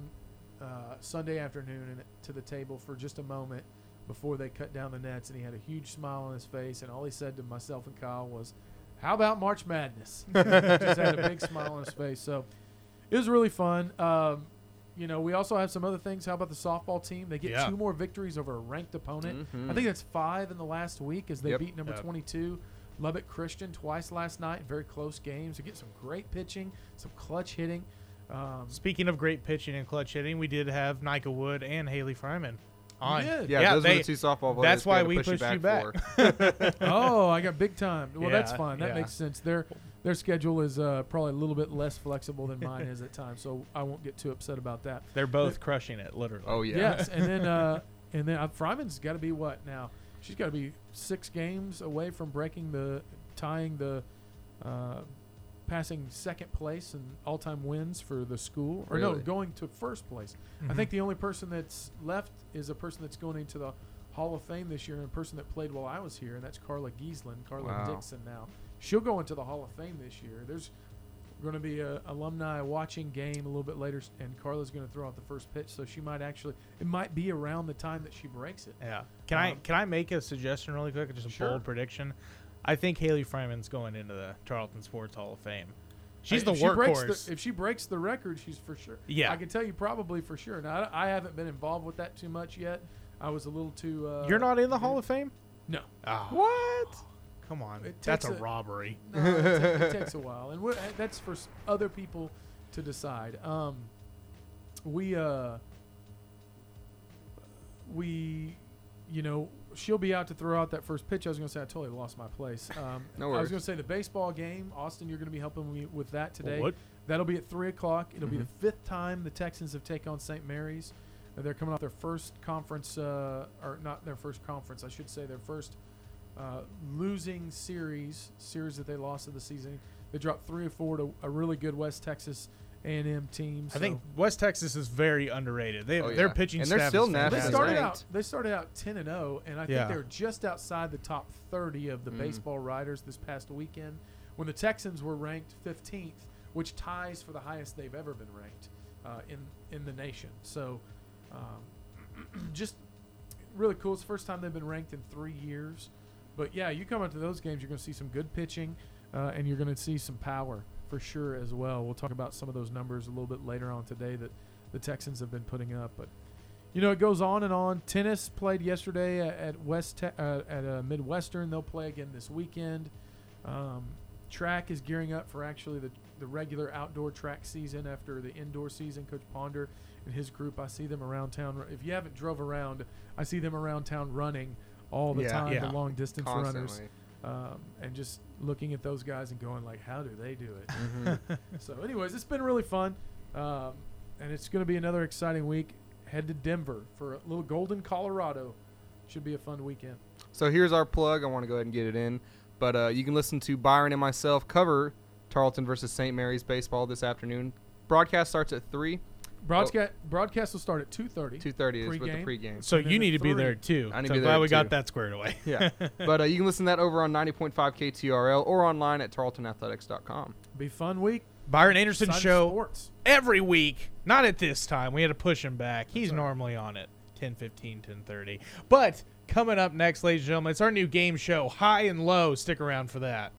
uh, Sunday afternoon and to the table for just a moment before they cut down the nets and he had a huge smile on his face and all he said to myself and Kyle was how about March Madness? He just had a big smile on his face. So it was really fun. Um, you know, we also have some other things. How about the softball team? They get
Yeah.
two more victories over a ranked opponent.
Mhm.
I think that's five in the last week as they
Yep.
beat number
Yep.
22 Lubbock Christian twice last night. Very close games. They get some great pitching, some clutch hitting. Um,
Speaking of great pitching and clutch hitting, we did have Nika Wood and Haley Fryman on.
did.
Yeah,
Yeah,
those were
they-
the two softball players.
that's why
had to
we
push
pushed you
for.
oh, I got big time. Well, that's
Yeah,
fine. That
yeah.
makes sense. Their their schedule is uh, probably a little bit less flexible than mine is at times, so I won't get too upset about that.
They're both crushing it, literally.
Oh yeah.
Yes, and then uh, and then uh, Fryman's got to be what now? She's got to be six games away from breaking the tying the uh, passing second place and all time wins for the school, or no,
Really? Mm-hmm.
going to first place. I think the only person that's left is a person that's going into the Hall of Fame this year, and a person that played while I was here, and that's Carla Giesland, Carla
Wow.
Dixon. Now she'll go into the Hall of Fame this year. There's going to be a alumni watching game a little bit later, s- and Carla's going to throw out the first pitch, so she might actually it might be around the time that she breaks it.
Yeah. Can I
Um,
can I make a suggestion really quick? Just a
Sure.
bold prediction. I think Haley Fryman's going into the Tarleton Sports Hall of Fame. She's
If
the
she breaks the-
workhorse.
if she breaks the record, she's for sure.
Yeah.
I can tell you probably for sure. Now I, I haven't been involved with that too much yet. I was a little too. Uh,
You're not in the Hall of Fame?
No.
Oh,
What?
come on.
It
That's a
takes a-
robbery.
No, it, ta- it takes a while, and we're, uh, that's for s- other people to decide. Um, we, uh, we, you know, she'll be out to throw out that first pitch. I was going to say I totally lost my place. Um,
No
I was
worries.
going to say the baseball game, Austin. You're going to be helping me with that today.
What?
That'll be at three o'clock. It'll be the fifth time the Texans have taken on St. Mary's. Uh, They're coming off their first conference, uh, or not their first conference, I should say, their first uh, losing series, series that they lost of the season. They dropped three or four to a really good West Texas A&M team.
I
so-
think West Texas is very underrated. They,
Oh,
Their
yeah.
pitching
And they're
staff
still
is
they
nationally
fantastic.
started
ranked.
out. They started out ten and zero, and I think
Yeah.
they were just outside the top thirty of the baseball riders this past weekend, when the Texans were ranked fifteenth, which ties for the highest they've ever been ranked uh, in in the nation. So, um, just really cool. It's the first time they've been ranked in three years. But yeah, you come out to those games, you're going to see some good pitching, uh, and you're going to see some power for sure as well. We'll talk about some of those numbers a little bit later on today that the Texans have been putting up. But you know, it goes on and on. Tennis played yesterday a- at West Te- uh, at uh, Midwestern. They'll play again this weekend. Um, track is gearing up for actually the the regular outdoor track season after the indoor season. Coach Ponder and his group, I see them around town. If you haven't drove around, I see them around town running all the
Yeah.
time.
Yeah.
The long distance runners
Constantly.
um, and just looking at those guys and going like, how do they do it?
Mm-hmm.
so, anyways, it's been really fun, um, and it's going to be another exciting week. Head to Denver for a little Golden Colorado. Should be a fun weekend.
So here's our plug. I want to go ahead and get it in. But uh, you can listen to Byron and myself cover Tarleton versus St. Mary's baseball this afternoon. Broadcast starts at 3.
Broadcast broadcast will start at two thirty.
2.30 Oh. is with the
Pregame?
pregame.
So
And then
you
at
need to be
three-
there too.
I need to
so
be
glad
there,
we
too.
got that squared away.
Yeah. but uh, you can listen to that over on 90.5 KTRL or online at tarletonathletics.com.
Be fun week.
Byron Anderson
Exciting
show
Sports.
every week. Not at this time. We had to push him back. He's
all right.
normally on at 10 15, 10 30. But coming up next, ladies and gentlemen, it's our new game show, High and Low. Stick around for that.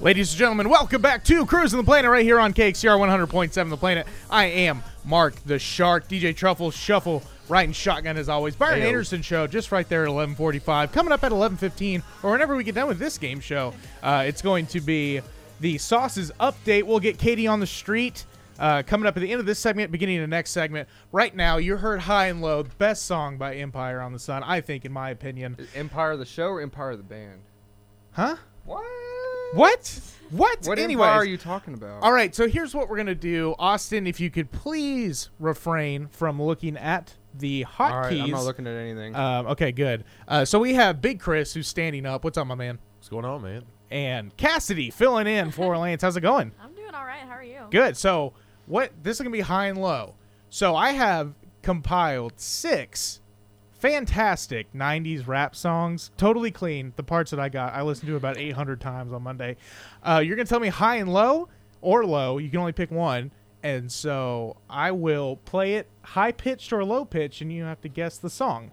Ladies and gentlemen, welcome back to Cruising the Planet right here on KXCR 100.7 The Planet. I am Mark the Shark, DJ Truffle, Shuffle, riding shotgun as always. Byron
Ayo.
Anderson show just right there at 11:45. Coming up at 11:15 or whenever we get done with this game show, uh, it's going to be the sauces update. We'll get Katie on the street. Uh, coming up at the end of this segment, beginning of the next segment. Right now, you heard High and Low, best song by Empire on the Sun, I think, in my opinion.
Empire of the show or Empire of the band?
Huh?
What?
What? What?
What
Anyways.
Empire are you talking about?
All right, so here's what we're gonna do, Austin. If you could please refrain from looking at the hotkeys.
All right, I'm not looking at anything.
Um, okay, good. Uh, so we have Big Chris who's standing up. What's up, my man?
What's going on, man?
And Cassidy filling in for Lance. How's it going?
I'm doing all right. How are you?
Good. So what? This is gonna be high and low. So I have compiled six fantastic 90s rap songs totally clean the parts that i got i listened to about 800 times on monday uh, you're gonna tell me high and low or low you can only pick one and so i will play it high pitched or low pitched and you have to guess the song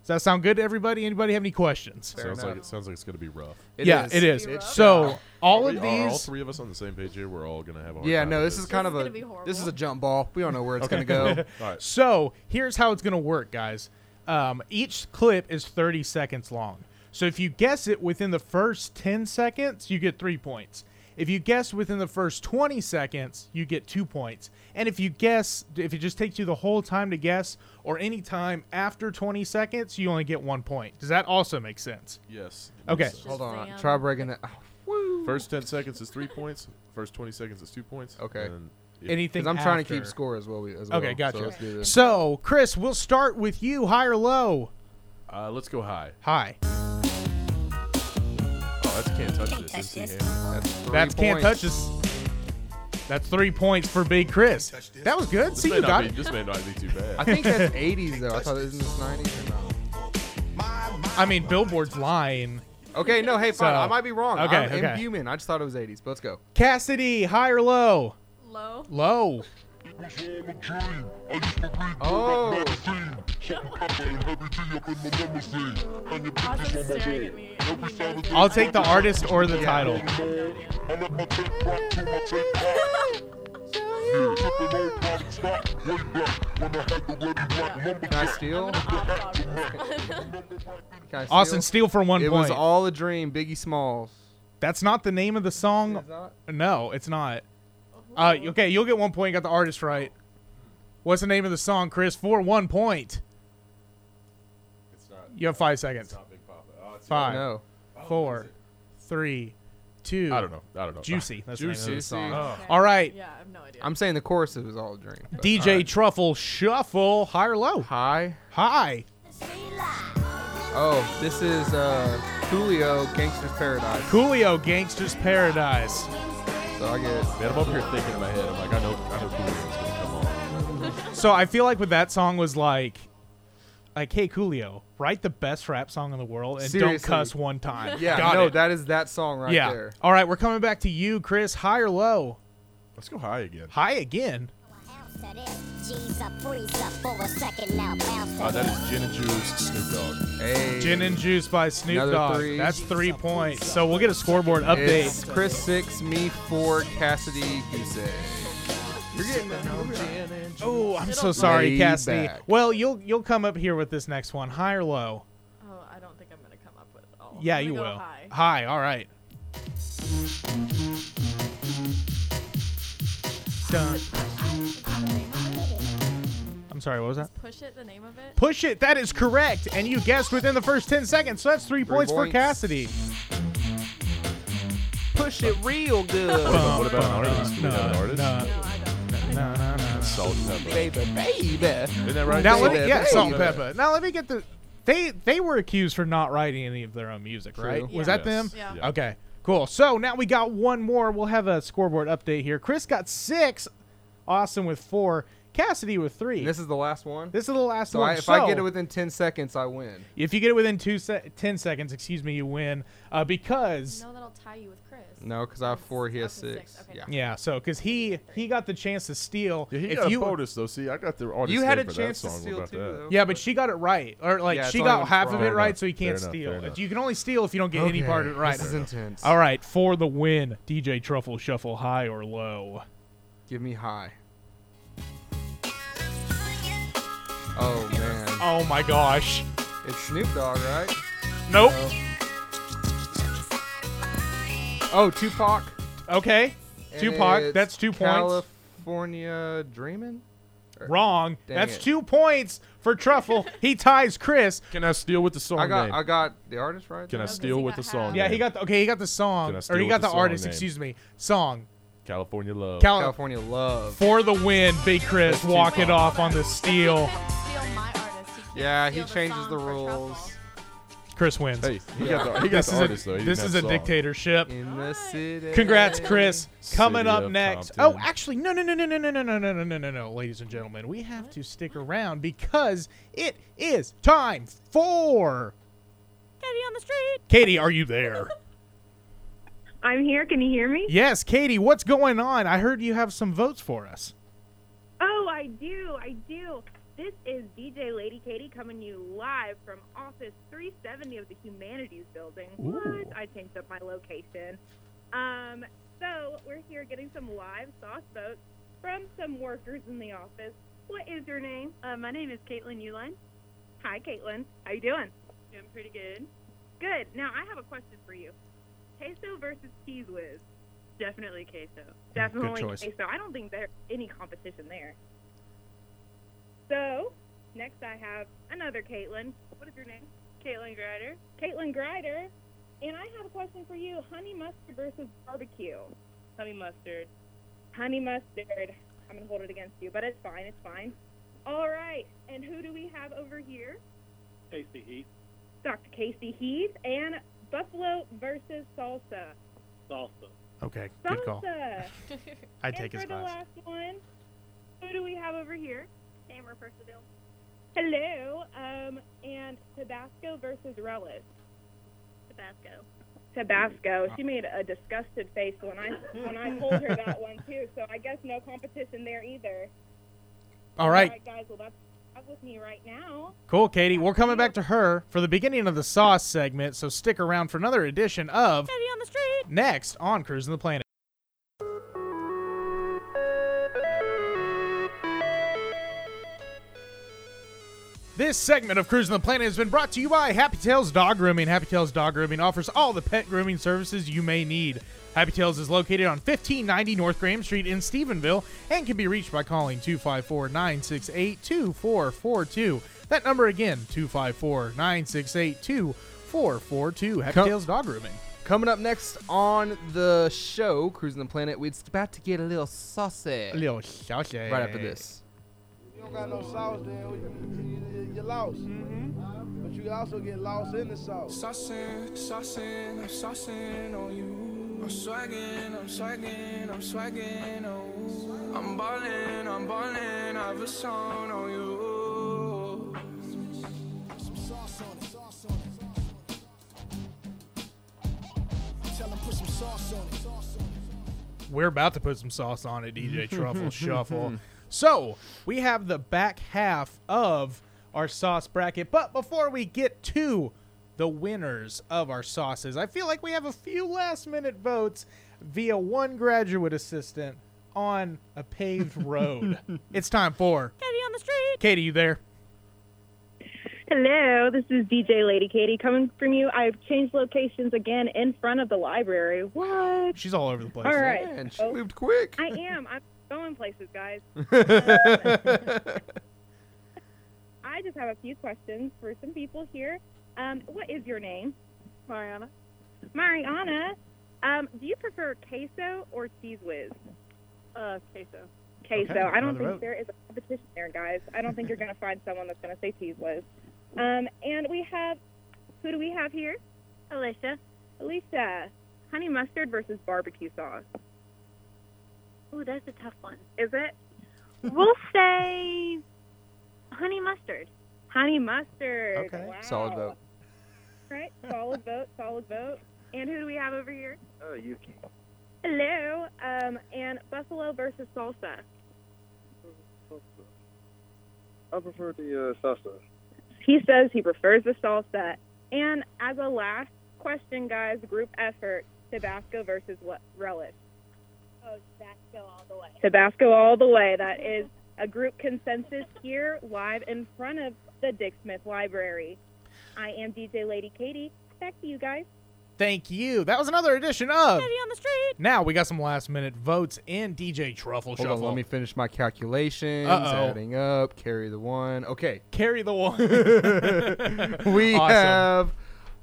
does that sound good to everybody anybody have any questions
sounds
enough.
like it sounds like it's gonna be rough.
yeah
is.
it is
It's
so all
we
of
are all
these
three of us on the same page here. We're all gonna have a hard
Yeah,
time
no,
with
this is kind
This
of
is
a
gonna be horrible.
this is a jump ball. We don't know where it's gonna go.
All right.
So here's how it's gonna work, guys. Um, each clip is 30 seconds long. So if you guess it within the first 10 seconds, you get three points. If you guess within the first 20 seconds, you get two points. And if you guess, if it just takes you the whole time to guess, or any time after 20 seconds, you only get one point. Does that also make sense?
Yes.
Okay.
So
Hold on,
Shazam.
try breaking it. Woo.
First ten seconds is three points. First twenty seconds is two points.
Okay.
And then if-
Anything?
Because I'm trying to keep
after.
score as well. we- As well.
Okay,
So
gotcha.
let's do this.
So Chris, we'll start with you, high or low?
uh, let's go high.
High.
Oh, that's can't touch this. MC Hammer.
That's, three
That's can't
points.
touch us. That's three points for Big Chris. That was good.
This
See,
may
you
not
got
be,
it.
This may not be too bad.
I think that's 80s though. I thought isn't this 90s or no?
I mean, Billboard's lying.
Okay, no, hey, fine.
So-
I might be wrong.
okay,
I'm
okay.
human. I just thought it was 80s. But let's go.
Cassidy, high or low?
Low.
Low.
Oh,
Austin's staring at me. and he knows it.
I'll take the artist or the title.
can I steal? Can I steal?
Austin, steal for one
It was
point.
all a dream. Biggie Smalls.
That's not the name of the song.
It's not-
No, it's not. Uh, okay, you'll get one point. Got the artist right. What's the name of the song, Chris? For one point.
It's not.
You have five seconds.
It's not Big Papa. Oh, it's- Oh,
Five,
No.
four, three, two.
I don't know. I don't know. Oh.
Juicy. That's the name of the
Juicy.
song.
Okay.
All right.
Yeah, I have no idea.
I'm saying the chorus is all a dream. but- uh,
DJ Truffle Shuffle, high or low?
Hi.
High.
Oh, this is uh, Julio, Gangster's Paradise.
Coolio, Gangster's Paradise.
So I get.
Man, I'm up here thinking in my head. I'm like, I know, I know, Coolio's gonna come on.
So I feel like with that song was like, like, hey Coolio, write the best rap song in the world and don't
Seriously.
cuss one time.
Yeah,
Got
no,
it.
that is that song right
yeah.
there.
All right, we're coming back to you, Chris. High or low?
Let's go high again.
High again.
Uh, that is Gin and Juice, Snoop Dogg.
Hey.
Gin and Juice by Snoop
Another
Dogg.
three.
That's three points. So we'll get a scoreboard update.
It's Chris six, me four, Cassidy Goose. egg. You're getting that number.
oh, I'm so sorry,
Way
Cassidy.
back.
Well, you'll you'll come up here with this next one. High or low?
oh, I don't think I'm gonna come up with it at all.
Yeah,
Oh, I'm
you
gonna go
will.
High.
High. All right. Dun. I'm sorry. What was that?
Push it. The name of it.
Push it. That is correct. And you guessed within the first 10 seconds. So that's three, points, for
points.
Cassidy.
Push it real good,
But what about an artist? Do we have an artist?
No, I don't.
Salt and pepper.
baby, baby.
Isn't that right?
Now let
Pepper.
me yeah,
Hey,
salt and
Pepper.
pepper. Now let me get the they they were accused for not writing any of their own music, right?
True.
Was
Yeah.
that them?
Yeah.
Yeah.
Okay. Cool. So now we got one more. We'll have a scoreboard update here. Chris got six, Austin with four, Cassidy with three.
And this is the last one.
This is the last
so
one.
I, if I
So,
get it within 10 seconds, I win.
if you get it within two se- 10 seconds, excuse me, you win uh, because
You know that'll tie you with Chris.
No, because I have four. He has
Okay,
six.
six. Okay.
Yeah.
Yeah, so because he he got the chance to steal.
Yeah, he
if
got
you,
a bonus though. See, I got the artist
You had
name
a
for
chance to
that song. What
steal
about
too,
that?
though.
Yeah, but she got it right, or like
Yeah,
she
it's only
got
when it's
half of
wrong.
it
Fair
right,
enough,
so you
fair
can't
enough,
steal.
fair enough.
You can only steal if you don't get any part of it right.
This is intense.
All right, for the win, DJ Truffle Shuffle, high or low?
Give me high. Oh man,
Oh my gosh!
it's Snoop Dogg, right? Uh,
Nope.
Oh, Tupac.
Okay,
and
Tupac.
it's
That's two points.
California Dreamin'.
Wrong.
Dang
that's
it.
two points for Truffle. he ties Chris.
Can I steal with the song
I got
name?
I got the artist right.
Can I
there.
steal
he
with the
got
song?
half.
Yeah,
name?
he got the okay. He got the
Can I
song,
steal
or he
with
got
the
the,
song
artist.
name? Oh.
Excuse me, song.
California Love.
Cal-
California Love.
for the win, Big Chris.
That's
Walk
too
it off on the steal.
Yeah, he changes the rules.
Chris wins.
hey, he got the, he got
this
the
is
artist
a,
though. He
this
didn't
is a
have the song.
dictatorship.
In the city.
Congrats, Chris. Coming
City
up
of
next.
Compton.
Oh, actually, no, no, no, no, no, no, no, no, no, no, no, no, no, ladies and gentlemen, we have to stick around because it is time for
Katie on the street.
Katie. Are you there?
I'm here. Can you hear me?
yes, Katie. What's going on? I heard you have some votes for us.
Oh, I do. I do. This is DJ Lady Katie coming to you live from Office 370 of the Humanities Building.
Ooh.
What? I changed up my location. Um, so we're here getting some live sauce votes from some workers in the office. What is your name?
Uh, my name is Caitlin Uline.
Hi, Caitlin. How you doing?
I'm pretty good.
Good. Now I have a question for you. Queso versus cheese whiz.
Definitely queso.
Definitely
choice.
queso. I don't think there's any competition there. So, next I have another Caitlin. What is your name?
Caitlin Grider.
Caitlin Grider. And I have a question for you. Honey mustard versus barbecue.
Honey mustard.
Honey mustard. I'm going to hold it against you, but it's fine. It's fine. All right. And who do we have over here?
Tasty heat,
Dr. Casey Heath and Buffalo versus salsa.
salsa,
Okay, good call.
Salsa.
I take his
and for the
class.
last one, who do we have over here? Tamara Percival. Hello. Um, and Tabasco versus relish. Tabasco. Tabasco. She made a disgusted face when I when I told her that one too. So I guess no competition there either.
All right.
All right, guys. Well, that's that's with me right now.
Cool, Katie. We're coming back to her for the beginning of the sauce segment, so stick around for another edition of
Katie on the street.
Next on Cruising the Planet. This segment of Cruising the Planet has been brought to you by Happy Tails Dog Grooming. Happy Tails Dog Grooming offers all the pet grooming services you may need. Happy Tails is located on 1590 North Graham Street in Stephenville and can be reached by calling 254 968 2442. That number again, 254 968 2442. Happy
Come-
Tails Dog Grooming.
Coming up next on the show, Cruising the Planet, we're about to get a little saucy.
A little sausage.
Right after this.
You don't got no sauce, then you, you, you lost. But you also get lost in the sauce. Saucing, saucing, I'm saucing on you. I'm swagging, I'm swagging, I'm swagging on I'm ballin', I'm ballin', I have a song on you.
We're about to put some sauce on it, DJ Truffle Shuffle. So we have the back half of our sauce bracket, but before we get to the winners of our sauces, I feel like we have a few last minute votes via one graduate assistant on a paved road. it's time for
Katie on the street.
Katie. You there?
Hello, this is DJ Lady Katie coming from you. I've changed locations again in front of the library. What?
She's all over the place.
All right.
Man, she
Oh,
moved quick.
I am. I'm going places, guys. I just have a few questions for some people here. Um, what is your name?
Mariana.
Mariana. Um, do you prefer queso or cheese whiz?
Uh, queso.
Queso.
Okay,
I don't
another
think
vote.
there is a competition there, guys. I don't think you're going to find someone that's going to say cheese whiz. Um, and we have, who do we have here?
Alicia.
Alicia, honey mustard versus barbecue sauce.
Ooh, that's a tough one.
Is it
We'll say honey mustard.
honey mustard?
Okay.
Wow.
Solid vote.
Right. Solid vote. Solid vote. And who do we have over here?
Oh, Yuki.
Hello. Um, and buffalo versus salsa.
I prefer the uh, salsa.
He says he prefers the salsa. And as a last question, guys, group effort: Tabasco versus what relish?
Oh, Tabasco all the way.
Tabasco all the way. That is a group consensus here, live in front of the Dick Smith Library. I am DJ Lady Katie. Back to you guys.
Thank you. That was another edition of.
on the street.
Now we got some last minute votes in DJ Truffle
Hold on,
Shuffle.
let me finish my calculations.
Uh-oh.
Adding up, carry the one. Okay,
Carry the one.
we
Awesome.
have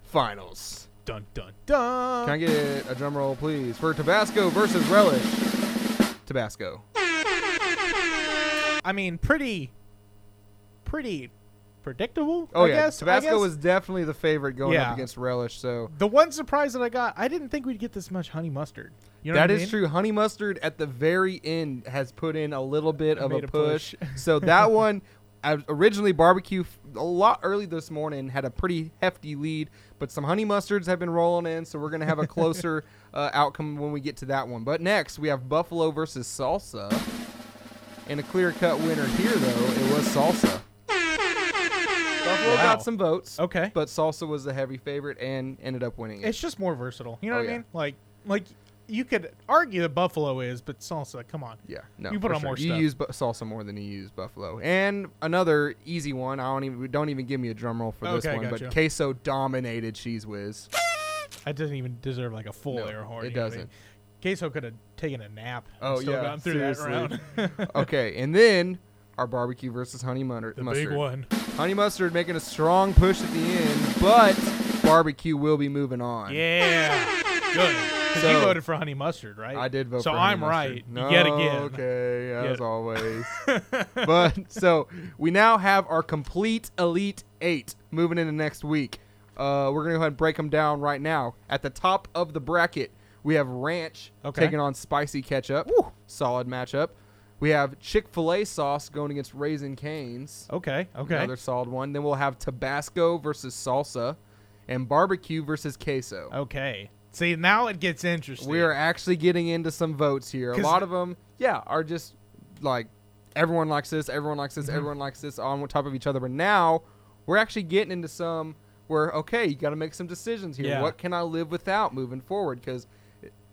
finals.
Dun dun dun.
Can I get a drum roll, please, for Tabasco versus Relish? Tabasco.
I mean, pretty, pretty predictable.
Oh
I
yeah,
guess, I
Tabasco
guess.
was definitely the favorite going
Yeah.
up against Relish. So
The one surprise that I got, I didn't think we'd get this much honey mustard. You know
that
what I
is
mean?
true. Honey mustard at the very end has put in a little bit of a
Made a
push.
push.
so that one, I originally barbecue f- a lot early this morning had a pretty hefty lead, but some honey mustards have been rolling in. So we're gonna have a closer uh, outcome when we get to that one. But next we have buffalo versus salsa, and a clear cut winner here though it was salsa. Buffalo
Wow.
got some votes.
Okay.
But salsa was the heavy favorite and ended up winning it.
It's just more versatile. You know
Oh,
what
yeah.
I mean? Like, like you could argue that buffalo is, but salsa. Come on.
Yeah, no.
You put
for
on
sure.
more
You
stuff.
use bu- salsa more than you use buffalo. And another easy one. I don't even don't even give me a drum roll for this
Okay,
one. But
gotcha.
queso dominated cheese whiz.
That doesn't even deserve like a full air horn.
it
you know what I
doesn't.
mean? Queso could have taken a nap. and
Oh
still
yeah,
gotten through
seriously. Oh,
that round.
okay, and then our barbecue versus honey mutter-
The big
mustard.
one.
Honey mustard making a strong push at the end, but barbecue will be moving on.
yeah, good. 'Cause you
So-
voted for honey mustard, right?
I did vote.
So
for honey
I'm
mustard.
right yet
No,
again.
Okay,
Yet-
as always. but so we now have our complete elite eight moving into next week. Uh, we're gonna go ahead and break them down right now. At the top of the bracket, we have Ranch
Okay.
taking on Spicy Ketchup. Solid matchup. We have Chick Fil A sauce going against Raisin Canes.
Okay, okay.
Another solid one. Then we'll have Tabasco versus Salsa, and Barbecue versus Queso.
Okay. See, now it gets interesting.
We are actually getting into some votes here. A
'Cause-
lot of them, yeah, are just like everyone likes this, everyone likes
Mm-hmm.
this, everyone likes this on top of each other. But now we're actually getting into some where okay, you got to make some decisions here.
Yeah.
What can I live without moving forward? Because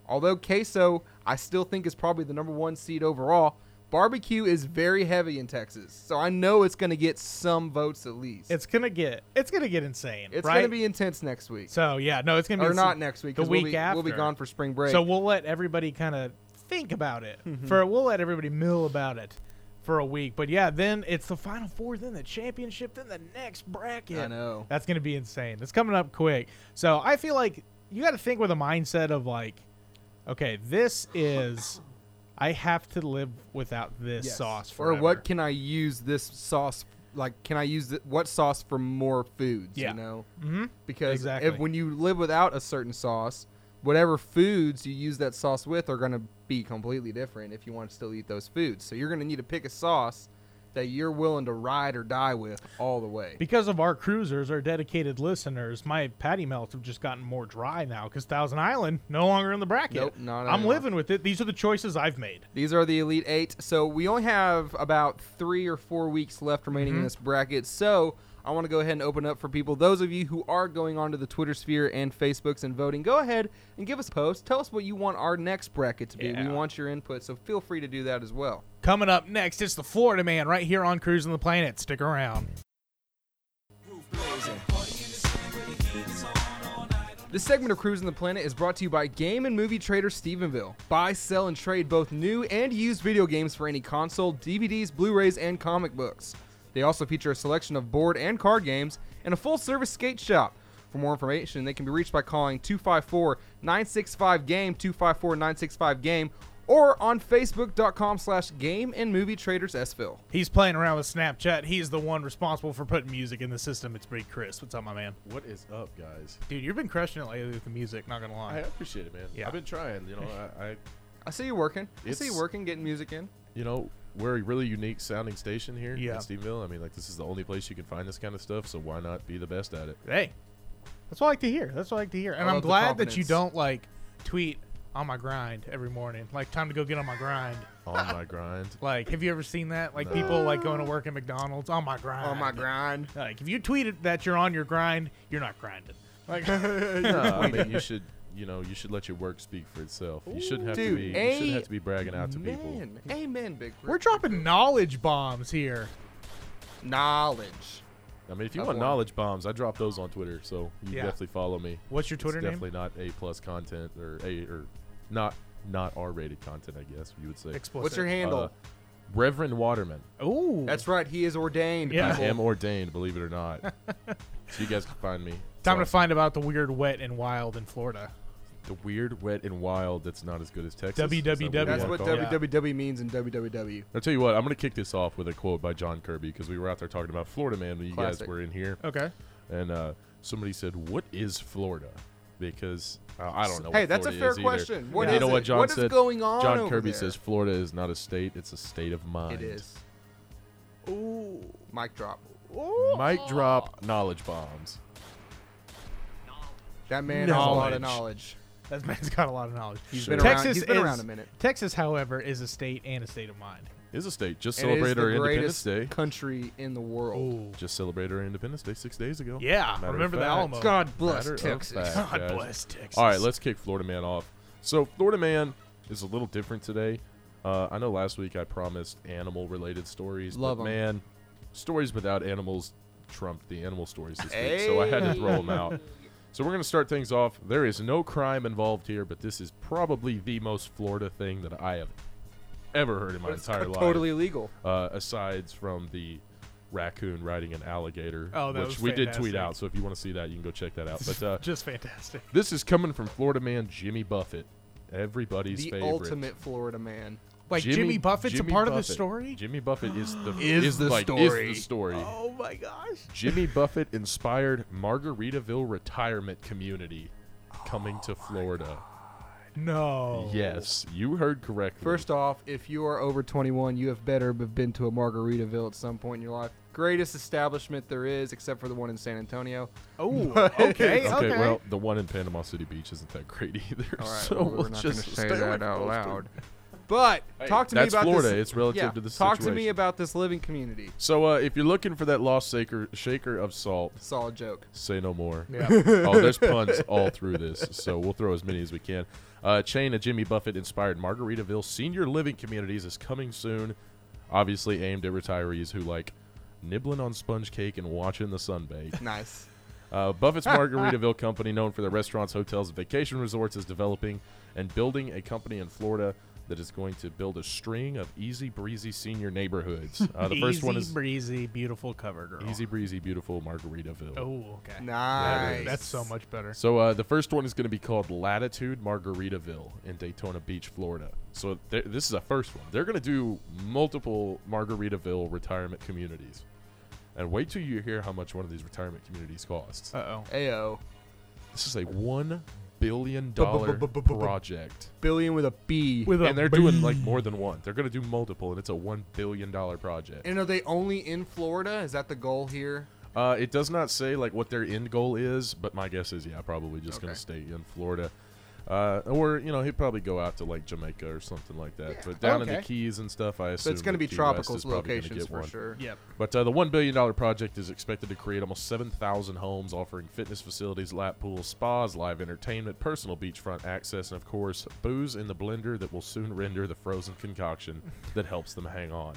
although queso, I still think is probably the number one seed overall. Barbecue is very heavy in Texas, so I know it's going to get some votes at least.
It's gonna get. It's gonna get insane.
It's
right?
going to be intense next week.
So yeah, no, it's gonna be
Or
s-
not next week,
The
'cause we'll
week
be-
after
we'll be gone for spring break.
So we'll let everybody kind of think about it.
Mhm.
For we'll let everybody mill about it for a week. But yeah, then it's the final four, then the championship, then the next bracket.
I know.
That's gonna be insane. It's coming up quick. So I feel like you got to think with a mindset of like, okay, this is. I have to live without this
Yes.
sauce
Or
forever.
what can I use this sauce? Like, can I use th- what sauce for more foods?
Yeah.
You know,
Mhm.
because
Exactly.
if when you live without a certain sauce, whatever foods you use that sauce with are going to be completely different if you want to still eat those foods. So you're going to need to pick a sauce that you're willing to ride or die with all the way.
Because of our cruisers, our dedicated listeners, my patty melts have just gotten more dry now because Thousand Island no longer in the bracket.
Nope, not
I'm
anymore.
living with it. These are the choices I've made.
These are the Elite Eight. So we only have about three or four weeks left remaining in
Mhm.
this bracket. So I want to go ahead and open up for people. Those of you who are going onto the Twitter sphere and Facebooks and voting, go ahead and give us a post. Tell us what you want our next bracket to be. We want your input, so feel free to do that as well.
Coming up next, it's the Florida Man right here on Cruising the Planet. Stick around.
This segment of Cruising the Planet is brought to you by game and movie trader Stephenville. Buy, sell, and trade both new and used video games for any console, DVDs, Blu rays, and comic books. They also feature a selection of board and card games and a full service skate shop. For more information, they can be reached by calling 254 965 Game, 254 965 Game, E, or on Facebook.com slash Game and Movie Traders Sville.
He's playing around with Snapchat. He's the one responsible for putting music in the system. It's Big Chris. What's up, my man?
What is up, guys?
Dude, you've been crushing it lately with the music, not gonna lie.
I appreciate it, man.
Yeah.
I've been trying. You know, I, I
I see you working. I see you
It's-
working, getting music in.
you know, we're a really unique sounding station here
Yeah.
in Stephenville. I mean, like this is the only place you can find this kind of stuff, so why not be the best at it?
Hey. That's what I like to hear. That's what I like to hear. And
I
I'm
love the
glad that you
confidence.
don't like tweet on my grind every morning. Like time to go get on my grind.
On my grind.
Like, have you ever seen that? Like
No.
people like going to work at McDonald's on my grind.
On my grind.
Like if you tweeted that you're on your grind, you're not grinding. Like
no, I mean you should. You know, you should let your work speak for itself. You shouldn't have to
Dude,
be. You shouldn't have to be bragging out to people.
Amen. Amen, Big
We're dropping knowledge bombs here.
Knowledge.
I mean, if you
That's
want
one.
knowledge bombs, I drop those on Twitter, so you
Yeah.
definitely follow me.
What's your Twitter
it's
name?
Definitely not A plus content or A or not not R rated content. I guess you would say.
Explicit.
What's your handle?
Uh, Reverend Waterman.
Oh,
That's right. He is ordained.
Yeah.
I
people.
am ordained, believe it or not. so you guys can find me.
Time to
It's
find about the weird, wet, and wild in Florida.
The weird, wet, and wild. That's not as good as Texas. Is that
WWW.
you
That's
wanna
what
call it?
WWW means in WWW.
I'll tell you what, I'm going to kick this off with a quote by John Kirby because we were out there talking about Florida Man when you
Classic.
guys were in here.
Okay.
And uh, somebody said, What is Florida? Because uh, I don't know.
Hey,
what
that's a
Florida
fair
is either.
question. What
And you
is
know
it?
what John
What is
said?
going on
John
over
Kirby
there?
says, Florida is not a state, it's a state of mind.
It is. Ooh. Mic drop.
Mic drop knowledge bombs.
That man has a lot of knowledge.
That man's got a lot of knowledge.
He's
Sure.
been around. He's been around
is-
a minute.
Texas, however, is a state and a state of mind.
Is a state. Just
And it is
celebrated
the
our Independence
greatest
Day.
country in the world.
Just celebrated our Independence Day six days ago.
Yeah,
of
remember the
fact.
Alamo.
God bless
Matter of
Texas.
fact,
God
guys.
bless Texas.
All right, let's kick Florida Man off. So Florida Man is a little different today. Uh, I know last week I promised animal-related stories,
Love 'em.
but man, stories without animals trumped the animal stories this week, so I had to throw them out. So we're gonna start things off. There is no crime involved here, but this is probably the most Florida thing that I have ever heard in my
But it's
entire life.
totally illegal.
Uh, aside from the raccoon riding an alligator,
Oh, that
which
was
we did tweet
fantastic.
out. So if you want to see that, you can go check that out. But uh,
Just fantastic.
this is coming from Florida man Jimmy Buffett, everybody's
the
favorite.
ultimate Florida man.
Like Jimmy, Buffett's
Jimmy
a part of the
Buffett.
story.
Jimmy Buffett is the
Is the
like,
story.
Is the story.
Oh my gosh.
Jimmy Buffett inspired Margaritaville retirement community coming to Florida.
Oh.
No.
Yes, you heard correctly.
First off, if you are over 21, you have better have been to a Margaritaville at some point in your life. Greatest establishment there is, except for the one in San Antonio.
Oh, okay, okay.
Okay, well, the one in Panama City Beach isn't that great either.
All right,
so
well,
we'll
we're not going
just
to say
stay away
that
from
out
those two.
loud. But
Hey,
talk to
that's
me about
Florida.
this.
It's relative
yeah,
to this
Talk to me
situation.
about this living community.
So uh, if you're looking for that lost shaker, shaker of salt,
Solid joke.
Say no more.
Yeah.
oh, there's puns all through this, so we'll throw as many as we can. Uh, chain of Jimmy Buffett inspired Margaritaville senior living communities is coming soon, obviously aimed at retirees who like nibbling on sponge cake and watching the sun bake.
Nice.
Uh, Buffett's Margaritaville company, known for their restaurants, hotels, and vacation resorts, is developing and building a company in Florida that is going to build a string of easy breezy senior neighborhoods. Uh, the first one
Easy
is
breezy, beautiful cover girl.
easy breezy, beautiful Margaritaville.
Oh, okay.
Nice.
That's so much better.
So uh, the first one is going to be called Latitude Margaritaville in Daytona Beach, Florida. So th- this is a first one. They're going to do multiple Margaritaville retirement communities, and wait till you hear how much one of these retirement communities costs.
Uh oh.
Ayo.
this is a one billion dollar project,
Billion with a B.
With
and they're doing like more than one. They're going to do multiple, and it's a one billion dollar project.
and are they only in Florida? Is that the goal here?
Uh, it does not say like what their end goal is, but my guess is yeah, probably just gonna
Okay.
stay in Florida, uh, or you know he'd probably go out to like Jamaica or something like that. But down in the
Okay.
Keys and stuff, I
So
assume
it's going to
that
be
Key West
tropical
is probably gonna
locations
get
for
one.
sure.
Yep.
But uh, the one billion dollar project is expected to create almost seven thousand homes, offering fitness facilities, lap pools, spas, live entertainment, personal beachfront access, and of course booze in the blender that will soon render the frozen concoction that helps them hang on.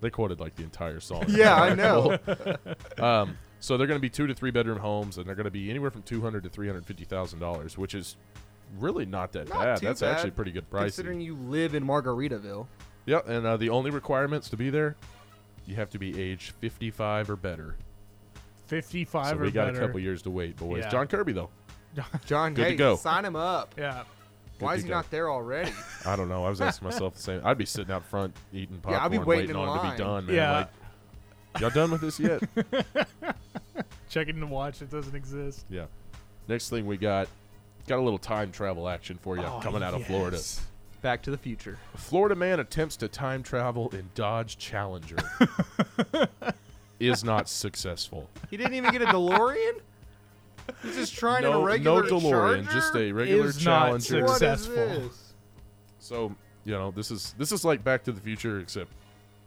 They quoted like the entire song.
Yeah, I know.
Um, so they're going to be two to three bedroom homes, and they're going to be anywhere from two hundred to three hundred fifty thousand dollars, which is really not that
Not
bad.
too
That's
bad,
actually pretty good price.
Considering you live in Margaritaville.
Yep, and uh, the only requirements to be there, you have to be age fifty five or better.
55
so
or
we got
better.
a couple years to wait, boys.
Yeah.
John Kirby though,
John,
Good to
hey,
go.
sign him up.
yeah.
Good
Why
to
is he
go.
not there already?
I don't know. I was asking myself the same. I'd be sitting out front eating popcorn,
Yeah, I'll be waiting in
on it to
line.
be done. Man.
Yeah.
Like, y'all done with this yet?
Checking the watch. It doesn't exist.
yeah. Next thing we got, got a little time travel action for you
Oh,
coming out of Florida.
yes.
Back to the future.
Florida man attempts to time travel in Dodge Challenger is not successful.
He didn't even get a DeLorean? He's just trying
no,
a regular
no DeLorean,
Charger?
just a regular
Is not
Challenger.
successful. What is this?
So you know, this is this is like Back to the Future, except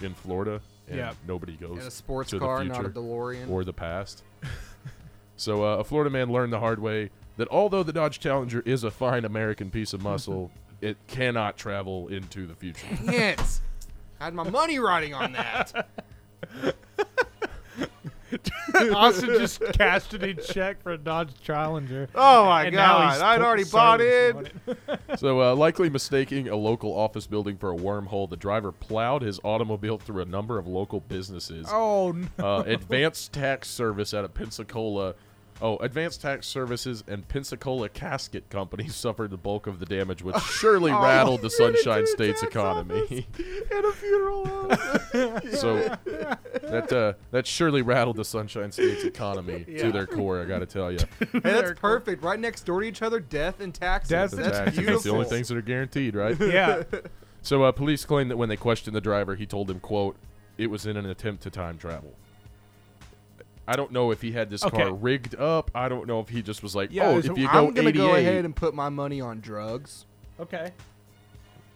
in Florida, and
Yeah.
nobody goes
In a sports
to
car,
the
not a
future
DeLorean.
or the past. so uh, a Florida man learned the hard way that although the Dodge Challenger is a fine American piece of muscle, it cannot travel into the future.
Dang it. I had my money riding on that.
Austin just cashed it in check for a Dodge Challenger.
Oh my
And now
God,
he's
I'd
po-
already bought
sorry,
it.
so, uh, likely mistaking a local office building for a wormhole, the driver plowed his automobile through a number of local businesses.
Oh, no.
Uh, Advanced Tax Service out of Pensacola. Oh, Advanced Tax Services and Pensacola Casket Company suffered the bulk of the damage, which surely
Oh.
rattled the
Did it
Sunshine
do
State's
tax
economy.
At a funeral home.
so that uh, that surely rattled the Sunshine State's economy
Yeah.
to their core. I got to tell you,
Hey, that's perfect. Right next door to each other, death and taxes. that's
taxes.
beautiful.
That's the only things that are guaranteed, right?
Yeah.
So uh, police claim that when they questioned the driver, he told them, "quote It was in an attempt to time travel." I don't know if he had this
Okay.
car rigged up. I don't know if he just was like,
Yeah,
"Oh,
so
if you
I'm
go
gonna
88."
go ahead and put my money on drugs.
Okay.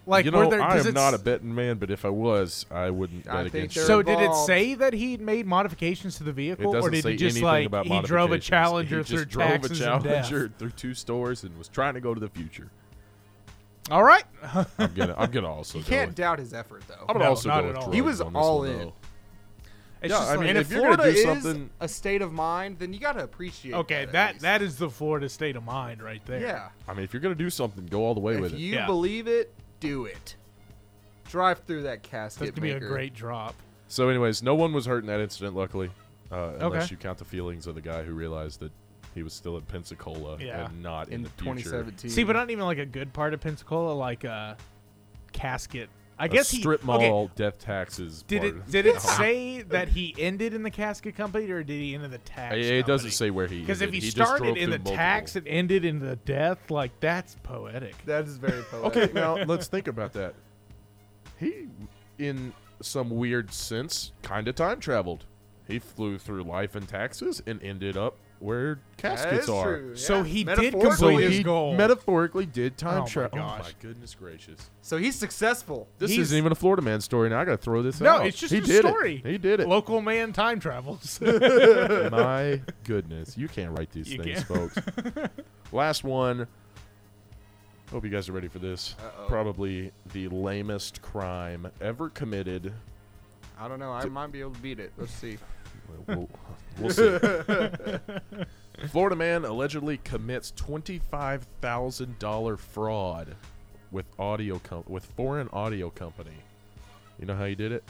like,
Like,
you
were
know,
there-
I
does
am
it
not a
s-
betting man, but if I was, I wouldn't bet against you.
So did it say that he made modifications to the
It
vehicle,
doesn't
or did
say
he just
anything
like
about
he drove a
modifications.
Challenger
He
through
just drove
taxes
a
and death?
Challenger through two stores and was trying to go to the future.
All right.
I'm gonna, I'm gonna also.
You
go
can't
with-
doubt his effort, though.
I'm gonna also go with
He
drugs
was
on this
all
one,
in.
though. yeah, I mean,
and
if,
if,
you're
Florida
gonna do
is
something,
a state of mind, then you gotta appreciate.
Okay, that that is the Florida state of mind right there.
Yeah.
I mean, if you're gonna do something, go all the way with
If
it.
you believe it, do it. Drive through that casket.
gonna be a
maker.
great drop.
So, anyways, no one was hurt in that incident, luckily, uh, unless
Okay.
you count the feelings of the guy who realized that he was still in Pensacola
Yeah.
and not in,
In
the future.
See, but not even like a good part of Pensacola, like a casket. I guess
a
he-
strip
okay,
mall death taxes.
Did
part
it
of
did
the
it
town.
say that he ended in the casket company or did he end in the tax?
It- it doesn't say where he.
Because if
ended.
he,
just drove
started in
through
the
multiple-
tax and ended in the death, like that's poetic.
That is very
Okay, now let's think about that. He, in some weird sense, kind of time traveled. He flew through life and taxes and ended up where caskets
is
are.
true, So yeah. he did complete his
he
goal.
Metaphorically, did
Oh
time
my
travel.
gosh.
my goodness gracious!
So he's successful.
This
He's-
isn't even a Florida man story. Now I got to throw this
No,
out.
it's just
he
a
did it.
story.
He did it.
Local man time travels.
My goodness, you can't write these
You
things,
can't.
folks. Last one. Hope you guys are ready for this.
Uh-oh.
Probably the lamest crime ever committed.
I don't know. I might be able to beat it. Let's see.
We'll, we'll see. Florida man allegedly commits twenty-five thousand dollar fraud with audio com- with foreign audio company. You know how he did it?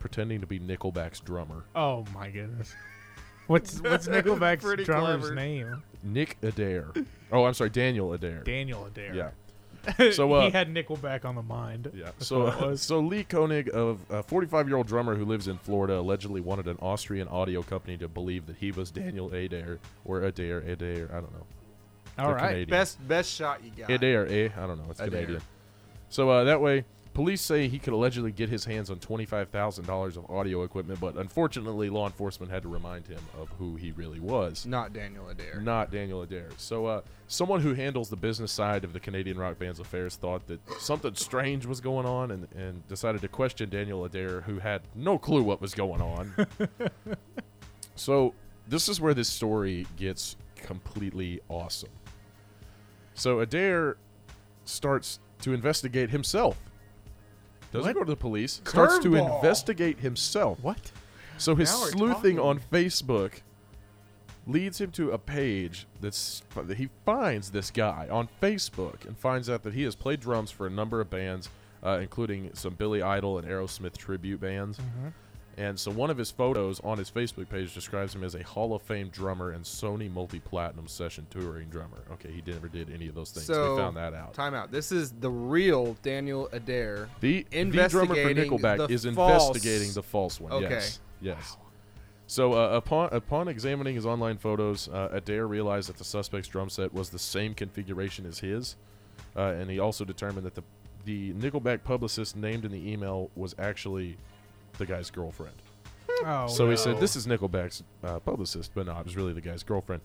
Pretending to be Nickelback's drummer.
oh my goodness. What's what's Nickelback's
Pretty
drummer's
clever.
name?
Nick Adair. Oh, I'm sorry, Daniel Adair.
Daniel Adair.
Yeah. So uh,
he had Nickelback on the mind.
yeah.
That's
So uh,
what it was.
so Lee Koenig, of a 45 year old drummer who lives in Florida, allegedly wanted an Austrian audio company to believe that he was Daniel Adair or Adair Adair. I don't know.
All
They're
right.
Canadian.
Best best shot you got.
Adair, eh? I don't know. It's
Adair.
Canadian. So uh, that way, police say he could allegedly get his hands on twenty-five thousand dollars of audio equipment, but unfortunately, law enforcement had to remind him of who he really was.
Not Daniel Adair.
Not Daniel Adair. So, uh, someone who handles the business side of the Canadian rock band's affairs thought that something strange was going on and, and decided to question Daniel Adair, who had no clue what was going on. so, this is where this story gets completely awesome. So, Adair starts to investigate himself. Doesn't
What?
go to the police. Starts to
Curveball.
investigate himself.
What?
So his
Now we're
sleuthing
talking.
on Facebook leads him to a page that's that he finds this guy on Facebook and finds out that he has played drums for a number of bands, uh, including some Billy Idol and Aerosmith tribute bands.
Mhm.
And so one of his photos on his Facebook page describes him as a Hall of Fame drummer and Sony multi-platinum session touring drummer. Okay, he never did any of those things.
So
we found that out.
Time out. This is the real Daniel Adair.
The, the drummer for
investigating
Nickelback
the
is
false-
investigating the false one.
Okay.
Yes. Yes. So uh, upon upon examining his online photos, uh, Adair realized that the suspect's drum set was the same configuration as his, uh, and he also determined that the the Nickelback publicist named in the email was actually the guy's girlfriend.
Oh,
so he said,
no.
"This is Nickelback's uh, publicist, but no, it was really the guy's girlfriend."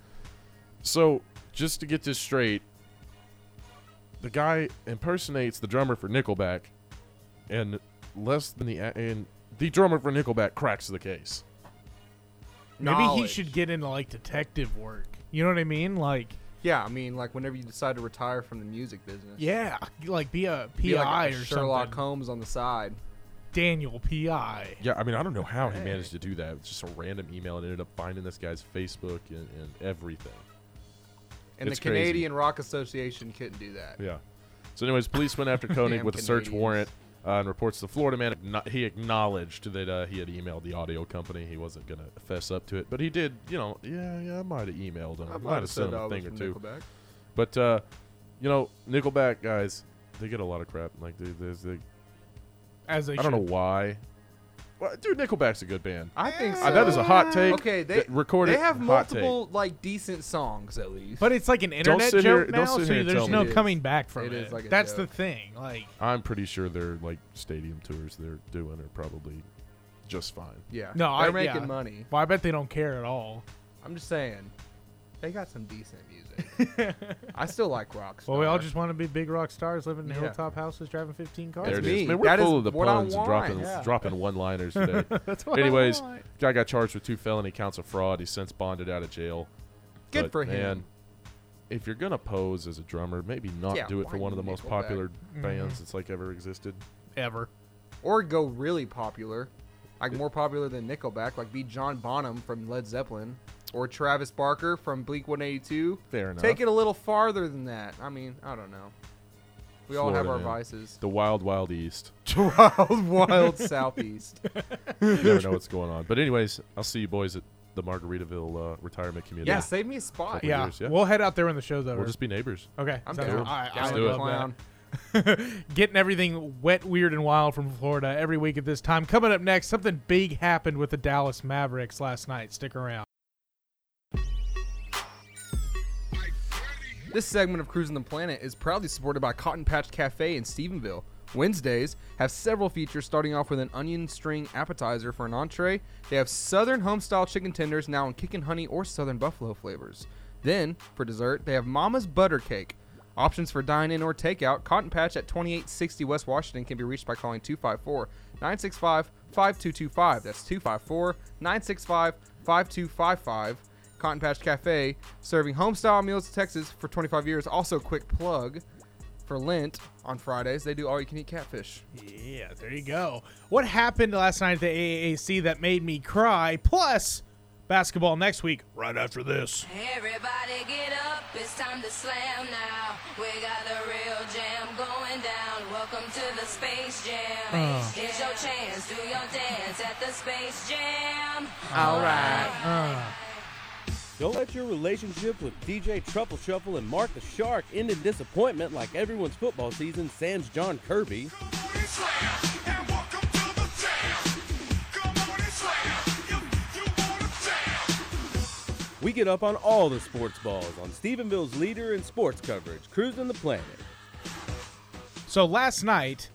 So, just to get this straight, the guy impersonates the drummer for Nickelback, and less than the and the drummer for Nickelback cracks the case.
Maybe he should get into like detective work. You know what I mean? Like,
yeah, I mean, like whenever you decide to retire from the music business,
Yeah, like be a PI
Be like a
or
Sherlock
something.
Holmes on the side.
Daniel PI.
Yeah, I mean, I don't know how he managed to do that. It was just a random email and ended up finding this guy's Facebook and, and everything.
And
It's
the
crazy.
Canadian Rock Association couldn't do that.
Yeah. So, anyways, police went after Koenig
Damn
with a search
Canadians.
warrant uh, and reports the Florida man. acknow- He acknowledged that uh, he had emailed the audio company. He wasn't going to fess up to it, but he did. You know, yeah, yeah, I might have emailed him.
I
I
might
might
have
have
said
sent him
I
a
was
thing or
from
two.
Nickelback.
But uh, you know, Nickelback guys, they get a lot of crap. Like they, there's the
As they
I don't know
should.
why. Well, dude, Nickelback's a good band.
I think so.
Uh, that is a hot take.
Okay, they
Th- recorded.
They have
hot take.
multiple like decent songs at least.
But it's like an internet joke
sit here- don't
now,
sit
so
here and
there's
tell
no
me.
coming back from it.
It is like a
That's
joke.
the thing. Like,
I'm pretty sure their like stadium tours they're doing are probably just fine.
Yeah.
no,
they're
I
making
yeah.
money.
Well, I bet they don't care at all.
I'm just saying, they got some decent music. I still like rock.
Well, we all just want to be big rock stars, living in
Yeah.
hilltop houses, driving 15 cars.
There it
That's
is.
me.
Man, we're
That is
full of the
what I
puns and dropping
want. Yeah.
dropping one liners today.
That's what I
Anyways,
want.
guy got charged with two felony counts of fraud. He's since bonded out of jail.
Good
But,
for him.
Man, if you're gonna pose as a drummer, maybe not
Yeah,
do it for
why
one of the most
Nickelback? Mm-hmm.
popular
Mhm.
bands that's like ever existed.
Ever.
or go really popular, like more popular than Nickelback, like be John Bonham from Led Zeppelin or Travis Barker from Bleak 182.
Fair enough.
Take it a little farther than that. I mean, I don't know. We all have
Florida,
our
man.
vices.
The wild, wild east.
Wild, wild southeast.
you never know what's going on. But anyways, I'll see you boys at the Margaritaville uh, retirement community.
Yeah, save me a spot.
Couple
Yeah.
years, yeah.
We'll head out there when the show's over.
We'll just be neighbors.
Okay.
I'm
sounds
down.
good. I,
Let's
I
do
love
it.
that. Getting everything wet, weird, and wild from Florida every week at this time. Coming up next, something big happened with the Dallas Mavericks last night. Stick around.
This segment of Cruising the Planet is proudly supported by Cotton Patch Cafe in Stephenville. Wednesdays have several features starting off with an onion string appetizer for an entree. They have southern homestyle chicken tenders now in kick and honey or southern buffalo flavors. Then, for dessert, they have Mama's Butter Cake. Options for dine in or takeout, Cotton Patch at 2860 West Washington can be reached by calling 254 965 5225. That's 254 965 5255. Cotton Patch Cafe, serving homestyle meals to Texas for 25 years. Also, quick plug for Lent on Fridays, they do all you can eat catfish.
Yeah, there you go. What happened last night at the AAC that made me cry? Plus, basketball next week, right after this.
Everybody get up, it's time to slam now. We got a real jam going down. Welcome to the Space Jam.
Oh.
Here's your chance, do your dance at the Space Jam.
Don't let your relationship with DJ Truffle Shuffle and Mark the Shark end in disappointment like everyone's football season sans John Kirby. We get up on all the sports balls on Stephenville's leader in sports coverage, Cruising the Planet.
So last night,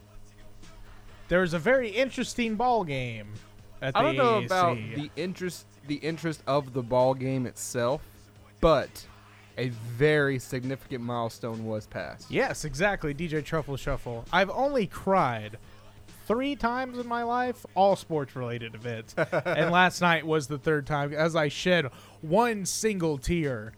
there was a very interesting ball game at the
I don't know
AAC.
about the interest the interest of the ball game itself, but a very significant milestone was passed.
Yes, exactly. DJ Truffle Shuffle. I've only cried three times in my life, all sports related events. and last night was the third time as I shed one single tear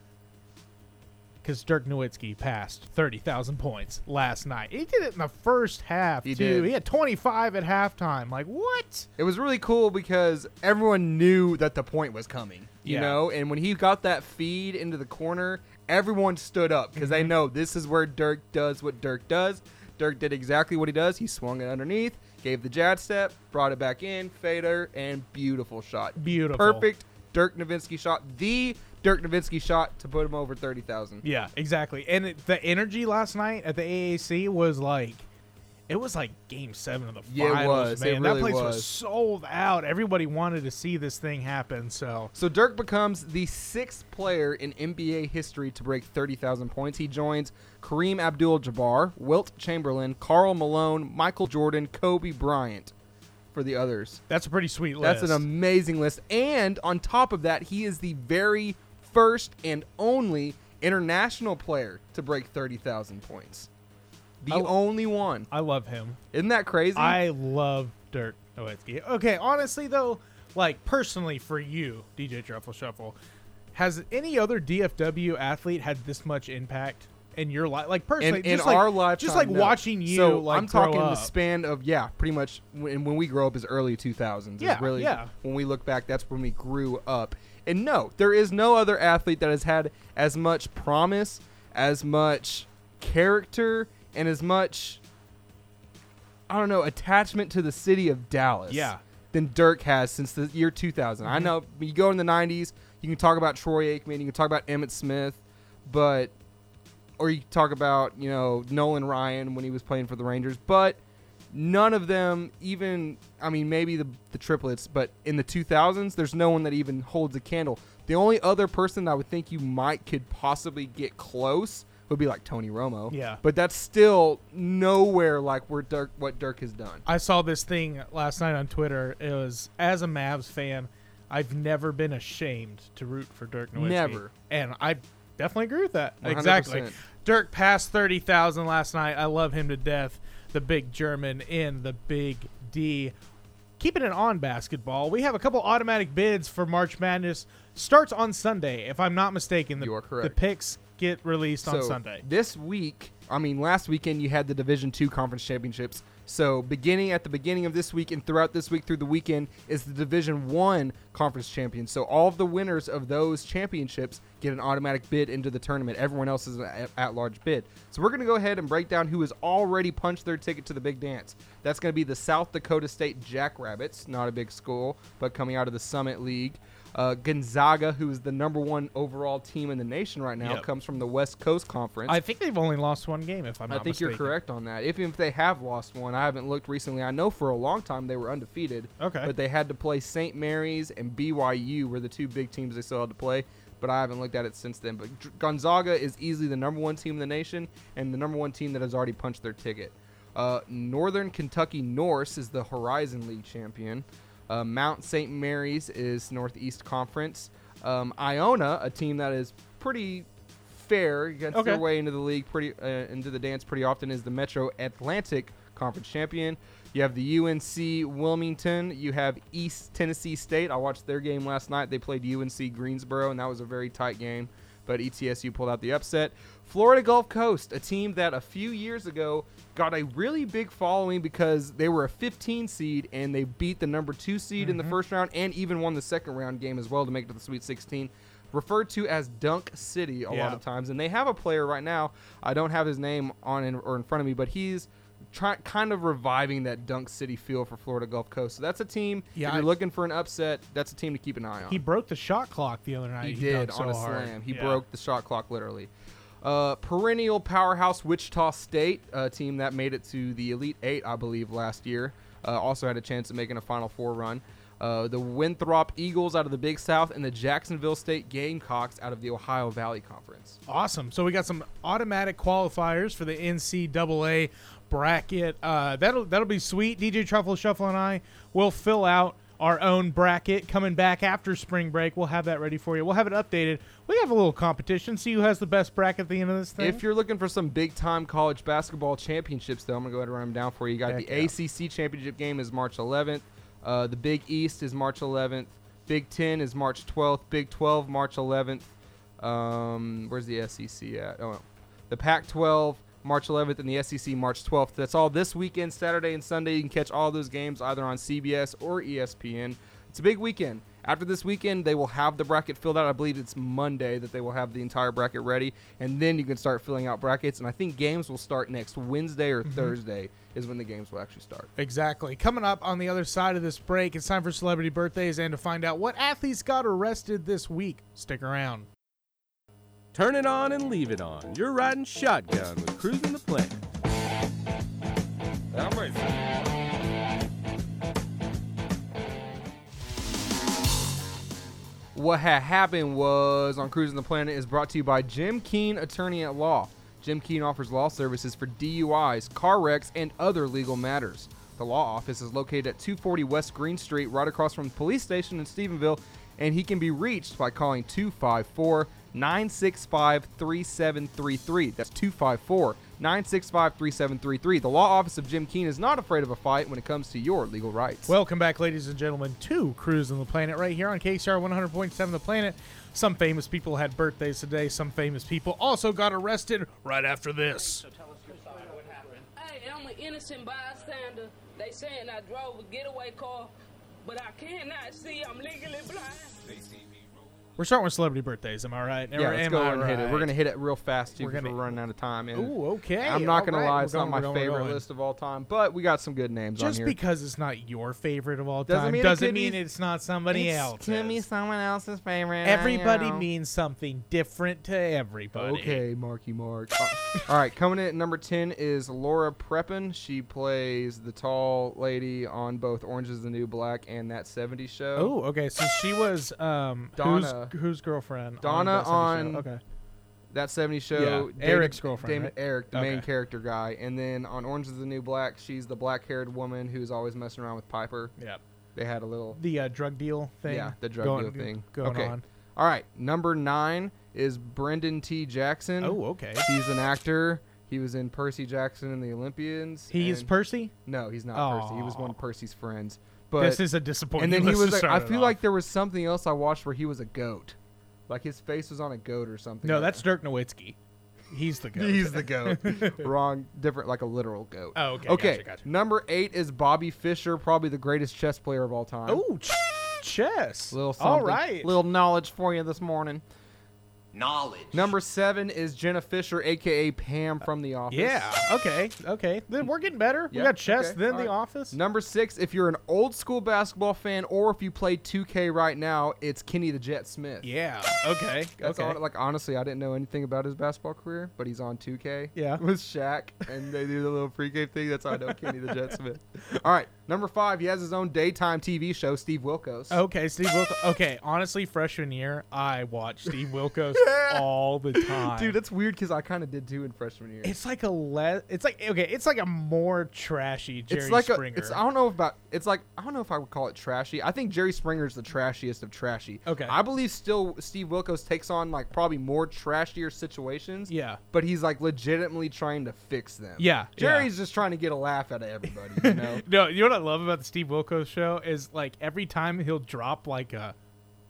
because Dirk Nowitzki passed 30,000 points last night. He did it in the first half,
He
too.
did.
He had 25 at halftime. Like, what?
It was really cool because everyone knew that the point was coming, you
Yeah.
know? And when he got that feed into the corner, everyone stood up because
Mm-hmm.
they know this is where Dirk does what Dirk does. Dirk did exactly what he does. He swung it underneath, gave the jab step, brought it back in, fader, and beautiful shot.
Beautiful.
Perfect Dirk Nowitzki shot. The Dirk Nowitzki shot to put him over 30,000.
Yeah, exactly. And it, the energy last night at the AAC was like, it was like Game Seven of the
Yeah, it
finals,
was.
man.
It
that
really
place was.
was.
sold out. Everybody wanted to see this thing happen. So
So Dirk becomes the sixth player in NBA history to break 30,000 points. He joins Kareem Abdul-Jabbar, Wilt Chamberlain, Carl Malone, Michael Jordan, Kobe Bryant for the others.
that's a pretty sweet list.
That's an amazing list. And on top of that, he is the very first and only international player to break 30,000 points. The
I-
only one.
I love him.
Isn't that crazy?
I love Dirt Nowitzki.
Okay, honestly though, like personally for you, DJ Truffle Shuffle, has any other DFW athlete had this much impact in your life? Like personally,
in, in
just like,
our lifetime,
just like
no.
watching you.
So
like
I'm
grow
talking the
up.
span of yeah, pretty much when, when we grow up is early 2000s. is
Yeah,
really
yeah.
When we look back, that's when we grew up. And no, there is no other athlete that has had as much promise, as much character, and as much I don't know attachment to the city of Dallas.
Yeah.
Than Dirk has since the year 2000. I
Mhm.
know you go in the 90s, you can talk about Troy Aikman, you can talk about Emmett Smith, but or you talk about you know Nolan Ryan when he was playing for the Rangers, but none of them even. I mean, maybe the the triplets, but in the 2000s, there's no one that even holds a candle. The only other person that I would think you might could possibly get close would be like Tony Romo.
Yeah.
but that's still nowhere like where Dirk what Dirk has done.
I saw this thing last night on Twitter. It was as a Mavs fan, I've never been ashamed to root for Dirk Nowitzki.
Never.
and I definitely agree with that.
100%.
Exactly. Dirk passed thirty thousand last night. I love him to death. The big German in the Big D. Keeping it on basketball, we have a couple automatic bids for March Madness. Starts on Sunday, if I'm not mistaken. The, you are correct. The picks get released on
So,
Sunday.
This week, I mean, last weekend you had the Division Two conference championships. So beginning at the beginning of this week and throughout this week through the weekend is the Division One conference champions. So all of the winners of those championships get an automatic bid into the tournament. Everyone else is an at large bid. So we're going to go ahead and break down who has already punched their ticket to the big dance. That's going to be the South Dakota State Jackrabbits, not a big school, but coming out of the Summit League. Uh, Gonzaga, who is the number one overall team in the nation right now,
Yep.
comes from the West Coast Conference.
I think they've only lost one game, if I'm
I
not
think
mistaken.
you're correct on that. If, if they have lost one, I haven't looked recently. I know for a long time they were undefeated.
Okay.
But they had to play St. Mary's and BYU were the two big teams they still had to play. But I haven't looked at it since then. But Dr- Gonzaga is easily the number one team in the nation and the number one team that has already punched their ticket. Uh, Northern Kentucky Norse is the Horizon League champion. Uh, Mount St. Mary's is Northeast Conference. Um, Iona, a team that is pretty fair, gets
Okay.
their way into the league pretty uh, into the dance pretty often, is the Metro Atlantic Conference champion. You have the UNC Wilmington. You have East Tennessee State. I watched their game last night. They played UNC Greensboro, and that was a very tight game. But E ETSU pulled out the upset. Florida Gulf Coast, a team that a few years ago got a really big following because they were a 15 seed and they beat the number two seed in the
Mhm.
first round and even won the second round game as well to make it to the Sweet 16. Referred to as Dunk City a lot
Yeah.
of times, and they have a player right now. I don't have his name on in, or in front of me, but he's try, kind of reviving that Dunk City feel for Florida Gulf Coast. So that's a team.
Yeah,
if you're
I-
looking for an upset, that's a team to keep an eye on.
He broke the shot clock the other night.
He, did
dunked
on
so
a
hard.
slam. He
Yeah.
broke the shot clock literally. Uh, perennial powerhouse Wichita State, a team that made it to the Elite Eight, I believe, last year. Uh, also had a chance of making a Final Four run. Uh, the Winthrop Eagles out of the Big South and the Jacksonville State Gamecocks out of the Ohio Valley Conference.
Awesome. So we got some automatic qualifiers for the NCAA bracket. Uh, that'll that'll be sweet. DJ Truffle Shuffle and I will fill out our own bracket coming back after spring break. We'll have that ready for you. We'll have it updated. We have a little competition. See who has the best bracket at the end of this thing.
If you're looking for some big time college basketball championships, though, I'm going to go ahead and run them down for you. You got
Heck
the
yeah.
ACC championship game is March 11th. Uh, the Big East is March 11th. Big 10 is March 12th. Big 12, March 11th. Um, where's the SEC at? Oh, no. The Pac 12, March 11th, and the SEC, March 12th. That's all this weekend, Saturday and Sunday. You can catch all those games either on CBS or E ESPN. It's a big weekend. After this weekend, they will have the bracket filled out. I believe it's Monday that they will have the entire bracket ready, and then you can start filling out brackets. And I think games will start next Wednesday or
Mhm.
Thursday is when the games will actually start.
Exactly. Coming up on the other side of this break, it's time for celebrity birthdays and to find out what athletes got arrested this week. Stick around.
Turn it on and leave it on. You're riding shotgun with Cruising the Planet.
I'm ready.
What had happened was on Cruising the Planet is brought to you by Jim Keen Attorney at Law. Jim Keen offers law services for DUIs, car wrecks, and other legal matters. The law office is located at 240 West Green Street, right across from the police station in Stephenville, and he can be reached by calling 254 965 3733. That's 254 965 3733. The law office of Jim Keene is not afraid of a fight when it comes to your legal rights.
Welcome back, ladies and gentlemen, to Cruise on the Planet right here on KCR 100.7 The Planet. Some famous people had birthdays today. Some famous people also got arrested right after this.
Hey, I'm an innocent bystander. They saying I drove a getaway car, but I cannot see. I'm legally blind.
We're starting with celebrity birthdays. Am I right?
Yeah, let's
Am
go
I
over and hit it. We're
right?
gonna hit it real fast too
We're
because
gonna-
we're running out of time. And
Ooh, okay.
I'm not
All
gonna
right.
lie,
We're
it's not
going, we're
my
going, we're
favorite
going.
list of all time, but we got some good names on
Just
here.
because it's not your favorite of all
Doesn't
time
mean it
doesn't
could be-
mean it's not somebody
It's-
else.
to me someone else's favorite.
Everybody means something different to everybody.
Okay, Marky Mark. Oh. All right, coming in at number 10 is Laura Prepon. She plays the tall lady on both Orange is the New Black and That 70s Show.
Oh, okay. So she was um
Donna.
who's, whose girlfriend? Oh,
Donna
That 70s
on
show? okay.
That 70s Show.
Yeah,
David-
Eric's girlfriend,
David
right?
Eric, the main
Okay.
character guy. And then on Orange is the New Black, she's the black haired woman who's always messing around with Piper.
Yep.
They had a little.
The uh, drug deal thing.
Yeah, the drug
going-
deal thing.
going
okay.
on.
All right, number nine is Brendan T. Jackson.
Oh, okay.
He's an actor. He was in Percy Jackson and the Olympians.
He is
and-
Percy?
No, he's not Percy. He was one of Percy's friends. But
This is a disappointing
And then he
list to
was. Like, I
start it
feel
off.
like there was something else I watched where he was a goat. Like his face was on a goat or something.
No, that's Dirk Nowitzki. He's the goat.
He's the goat. Wrong, different, like a literal goat.
Oh, okay, gotcha, gotcha.
Number eight is Bobby Fischer, probably the greatest chess player of all time.
Oh, ch- chess.
Little something,
All right.
Little knowledge for you this morning.
Knowledge.
Number seven is Jenna Fisher, aka Pam from The Office.
Yeah. Okay. Okay. Then we're getting better. we got chess, then The Office.
Number six, if you're an old school basketball fan, or if you play 2K right now, it's Kenny the Jet Smith.
Yeah. Okay.
That's
okay.
all- like honestly, I didn't know anything about his basketball career, but he's on 2K.
Yeah.
with Shaq, and they do the little free game thing. That's how I know Kenny the Jet Smith. All right, number five, he has his own daytime TV show, Steve Wilkos.
Okay, Steve Wilkos. Okay, honestly, freshman year, I watched Steve Wilkos all the time.
dude, that's weird because I kind of did too in freshman year.
it's like a le- It's like okay, it's like a more trashy Jerry
it's like
Springer.
a. It's, I don't know about. It's like I don't know if I would call it trashy. I think Jerry Springer's the trashiest of trashy.
Okay.
I believe still Steve Wilkos takes on like probably more trashier situations.
Yeah.
But he's like legitimately trying to fix them.
Yeah, yeah.
Jerry's just trying to get a laugh out of everybody. You know.
no, you know what I love about the Steve Wilkos show is like every time he'll drop like a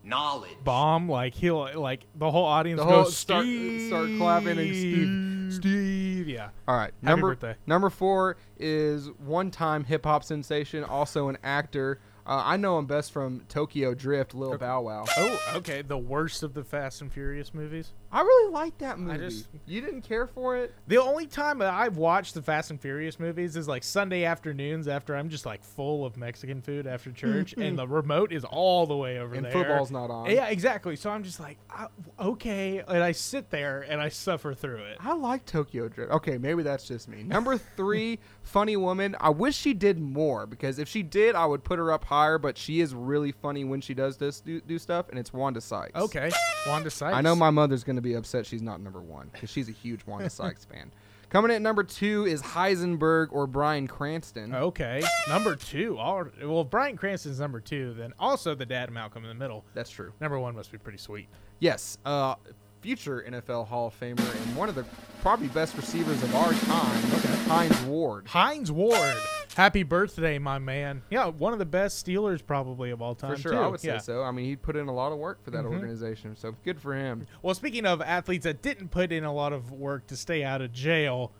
Knowledge.
bomb, like he'll like the whole audience
The whole
goes
start
Steve,
start clapping and Steve.
Steve, Mm. yeah.
All right,
Happy
number
birthday.
number four is one-time hip hop sensation, also an actor. Uh, I know him best from Tokyo Drift, Lil Bow Wow.
Oh, okay. The worst of the Fast and Furious movies.
I really like that movie.
just-
you didn't care for it?
The only time that I've watched the Fast and Furious movies is like Sunday afternoons after I'm just like full of Mexican food after church, and the remote is all the way over
And
there.
football's not on.
Yeah, exactly. So I'm just like, I, okay, and I sit there and I suffer through it.
I like Tokyo Drift. Okay, maybe that's just me. Number three, funny woman. I wish she did more because if she did, I would put her up higher. But she is really funny when she does this do, do stuff, and it's Wanda Sykes.
Okay, Wanda Sykes.
I know my mother's going to be upset she's not number one because she's a huge Wanda Sykes fan. Coming in at number two is Heisenberg or Brian Cranston.
Okay, number two. All well, Brian Cranston's number two. Then also the dad of Malcolm in the Middle.
That's true.
Number one must be pretty sweet.
Yes, uh, future NFL Hall of Famer and one of the probably best receivers of our time, Heinz Ward.
Heinz Ward, happy birthday, my man. Yeah, one of the best Steelers probably of all time.
For sure,
too.
I would say
Yeah.
so. I mean, he put in a lot of work for that
Mhm.
organization, so good for him.
Well, speaking of athletes that didn't put in a lot of work to stay out of jail,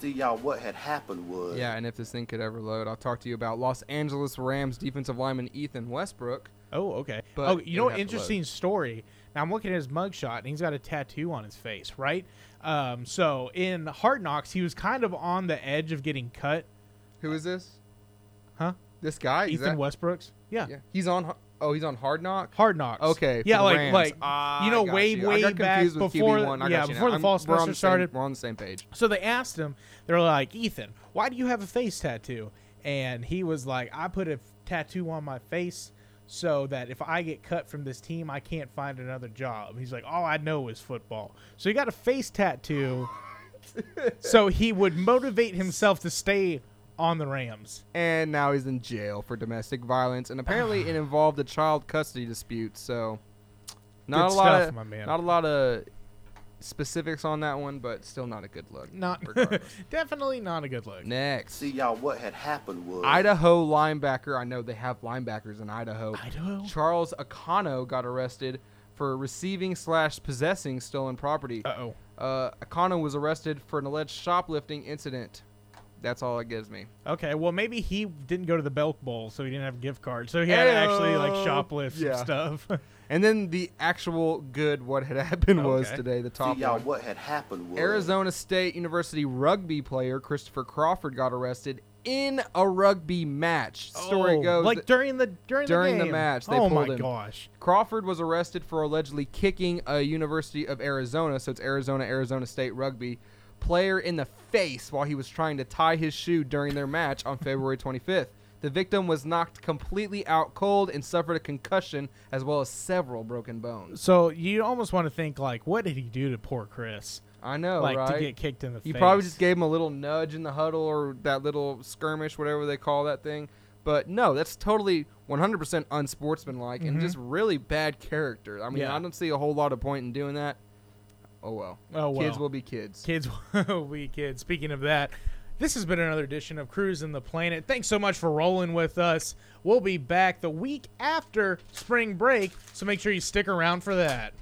See, y'all, what had happened was.
Yeah, and if this thing could ever load, I'll talk to you about Los Angeles Rams defensive lineman Ethan Westbrook.
Oh, okay.
But
oh, you
it would
know, what
have to
interesting
load.
story. Now I'm looking at his mugshot, and he's got a tattoo on his face, right? Um, so in Hard Knocks, he was kind of on the edge of getting cut,
Who is this?
huh?
This guy, is that-
Ethan Westbrooks. Yeah.
He's on. Oh, he's on Hard Knock.
Hard Knocks.
Okay.
Yeah,
for the
like
Rams.
like
Ah,
you know,
I got
way
you. I
way
got
back
confused with
before
QB1. I got
yeah
you now.
before the
I'm-
false
we're on
semester
the same-
started.
We're on the same page.
So they asked him, they were like, Ethan, why do you have a face tattoo? And he was like, I put a f- tattoo on my face so that if I get cut from this team, I can't find another job. He's like, all I know is football. So he got a face tattoo so he would motivate himself to stay on the Rams.
and now he's in jail for domestic violence, and apparently it involved a child custody dispute. So, not
Good
a lot,
stuff,
of,
my man.
not a lot of specifics on that one, but still not a good look.
Not
regardless.
definitely not a good look.
next.
See y'all what had happened was
Idaho linebacker. I know they have linebackers in Idaho.
Idaho.
Charles Acano got arrested for receiving slash possessing stolen property.
Uh-oh.
Uh Acano was arrested for an alleged shoplifting incident. That's all it gives me.
Okay, well maybe he didn't go to the Belk Bowl, so he didn't have gift cards. So he had to actually like
Ayo.
shoplift some
Yeah.
stuff.
And then the actual good what had happened was
Okay.
today the top
See y'all
one.
what had happened was
Arizona State University rugby player Christopher Crawford got arrested in a rugby match. Story
Oh,
goes
like
that-
during the during,
during the
the, game.
match. They
oh
pulled
my
him.
gosh!
Crawford was arrested for allegedly kicking a University of Arizona, so it's Arizona Arizona State rugby player in the face while he was trying to tie his shoe during their match on February 25th. The victim was knocked completely out cold and suffered a concussion as well as several broken bones.
So you almost want to think like, what did he do to poor Chris?
I know,
like
right?
to get kicked in the
You
face.
probably just gave him a little nudge in the huddle or that little skirmish, whatever they call that thing. But no, that's totally 100% unsportsmanlike and
Mhm.
just really bad character. I mean,
Yeah.
I don't see a whole lot of point in doing that. Oh well.
Oh,
Kids
well.
will be kids.
Kids will be kids. Speaking of that, this has been another edition of Cruising the Planet. Thanks so much for rolling with us. We'll be back the week after spring break, so make sure you stick around for that.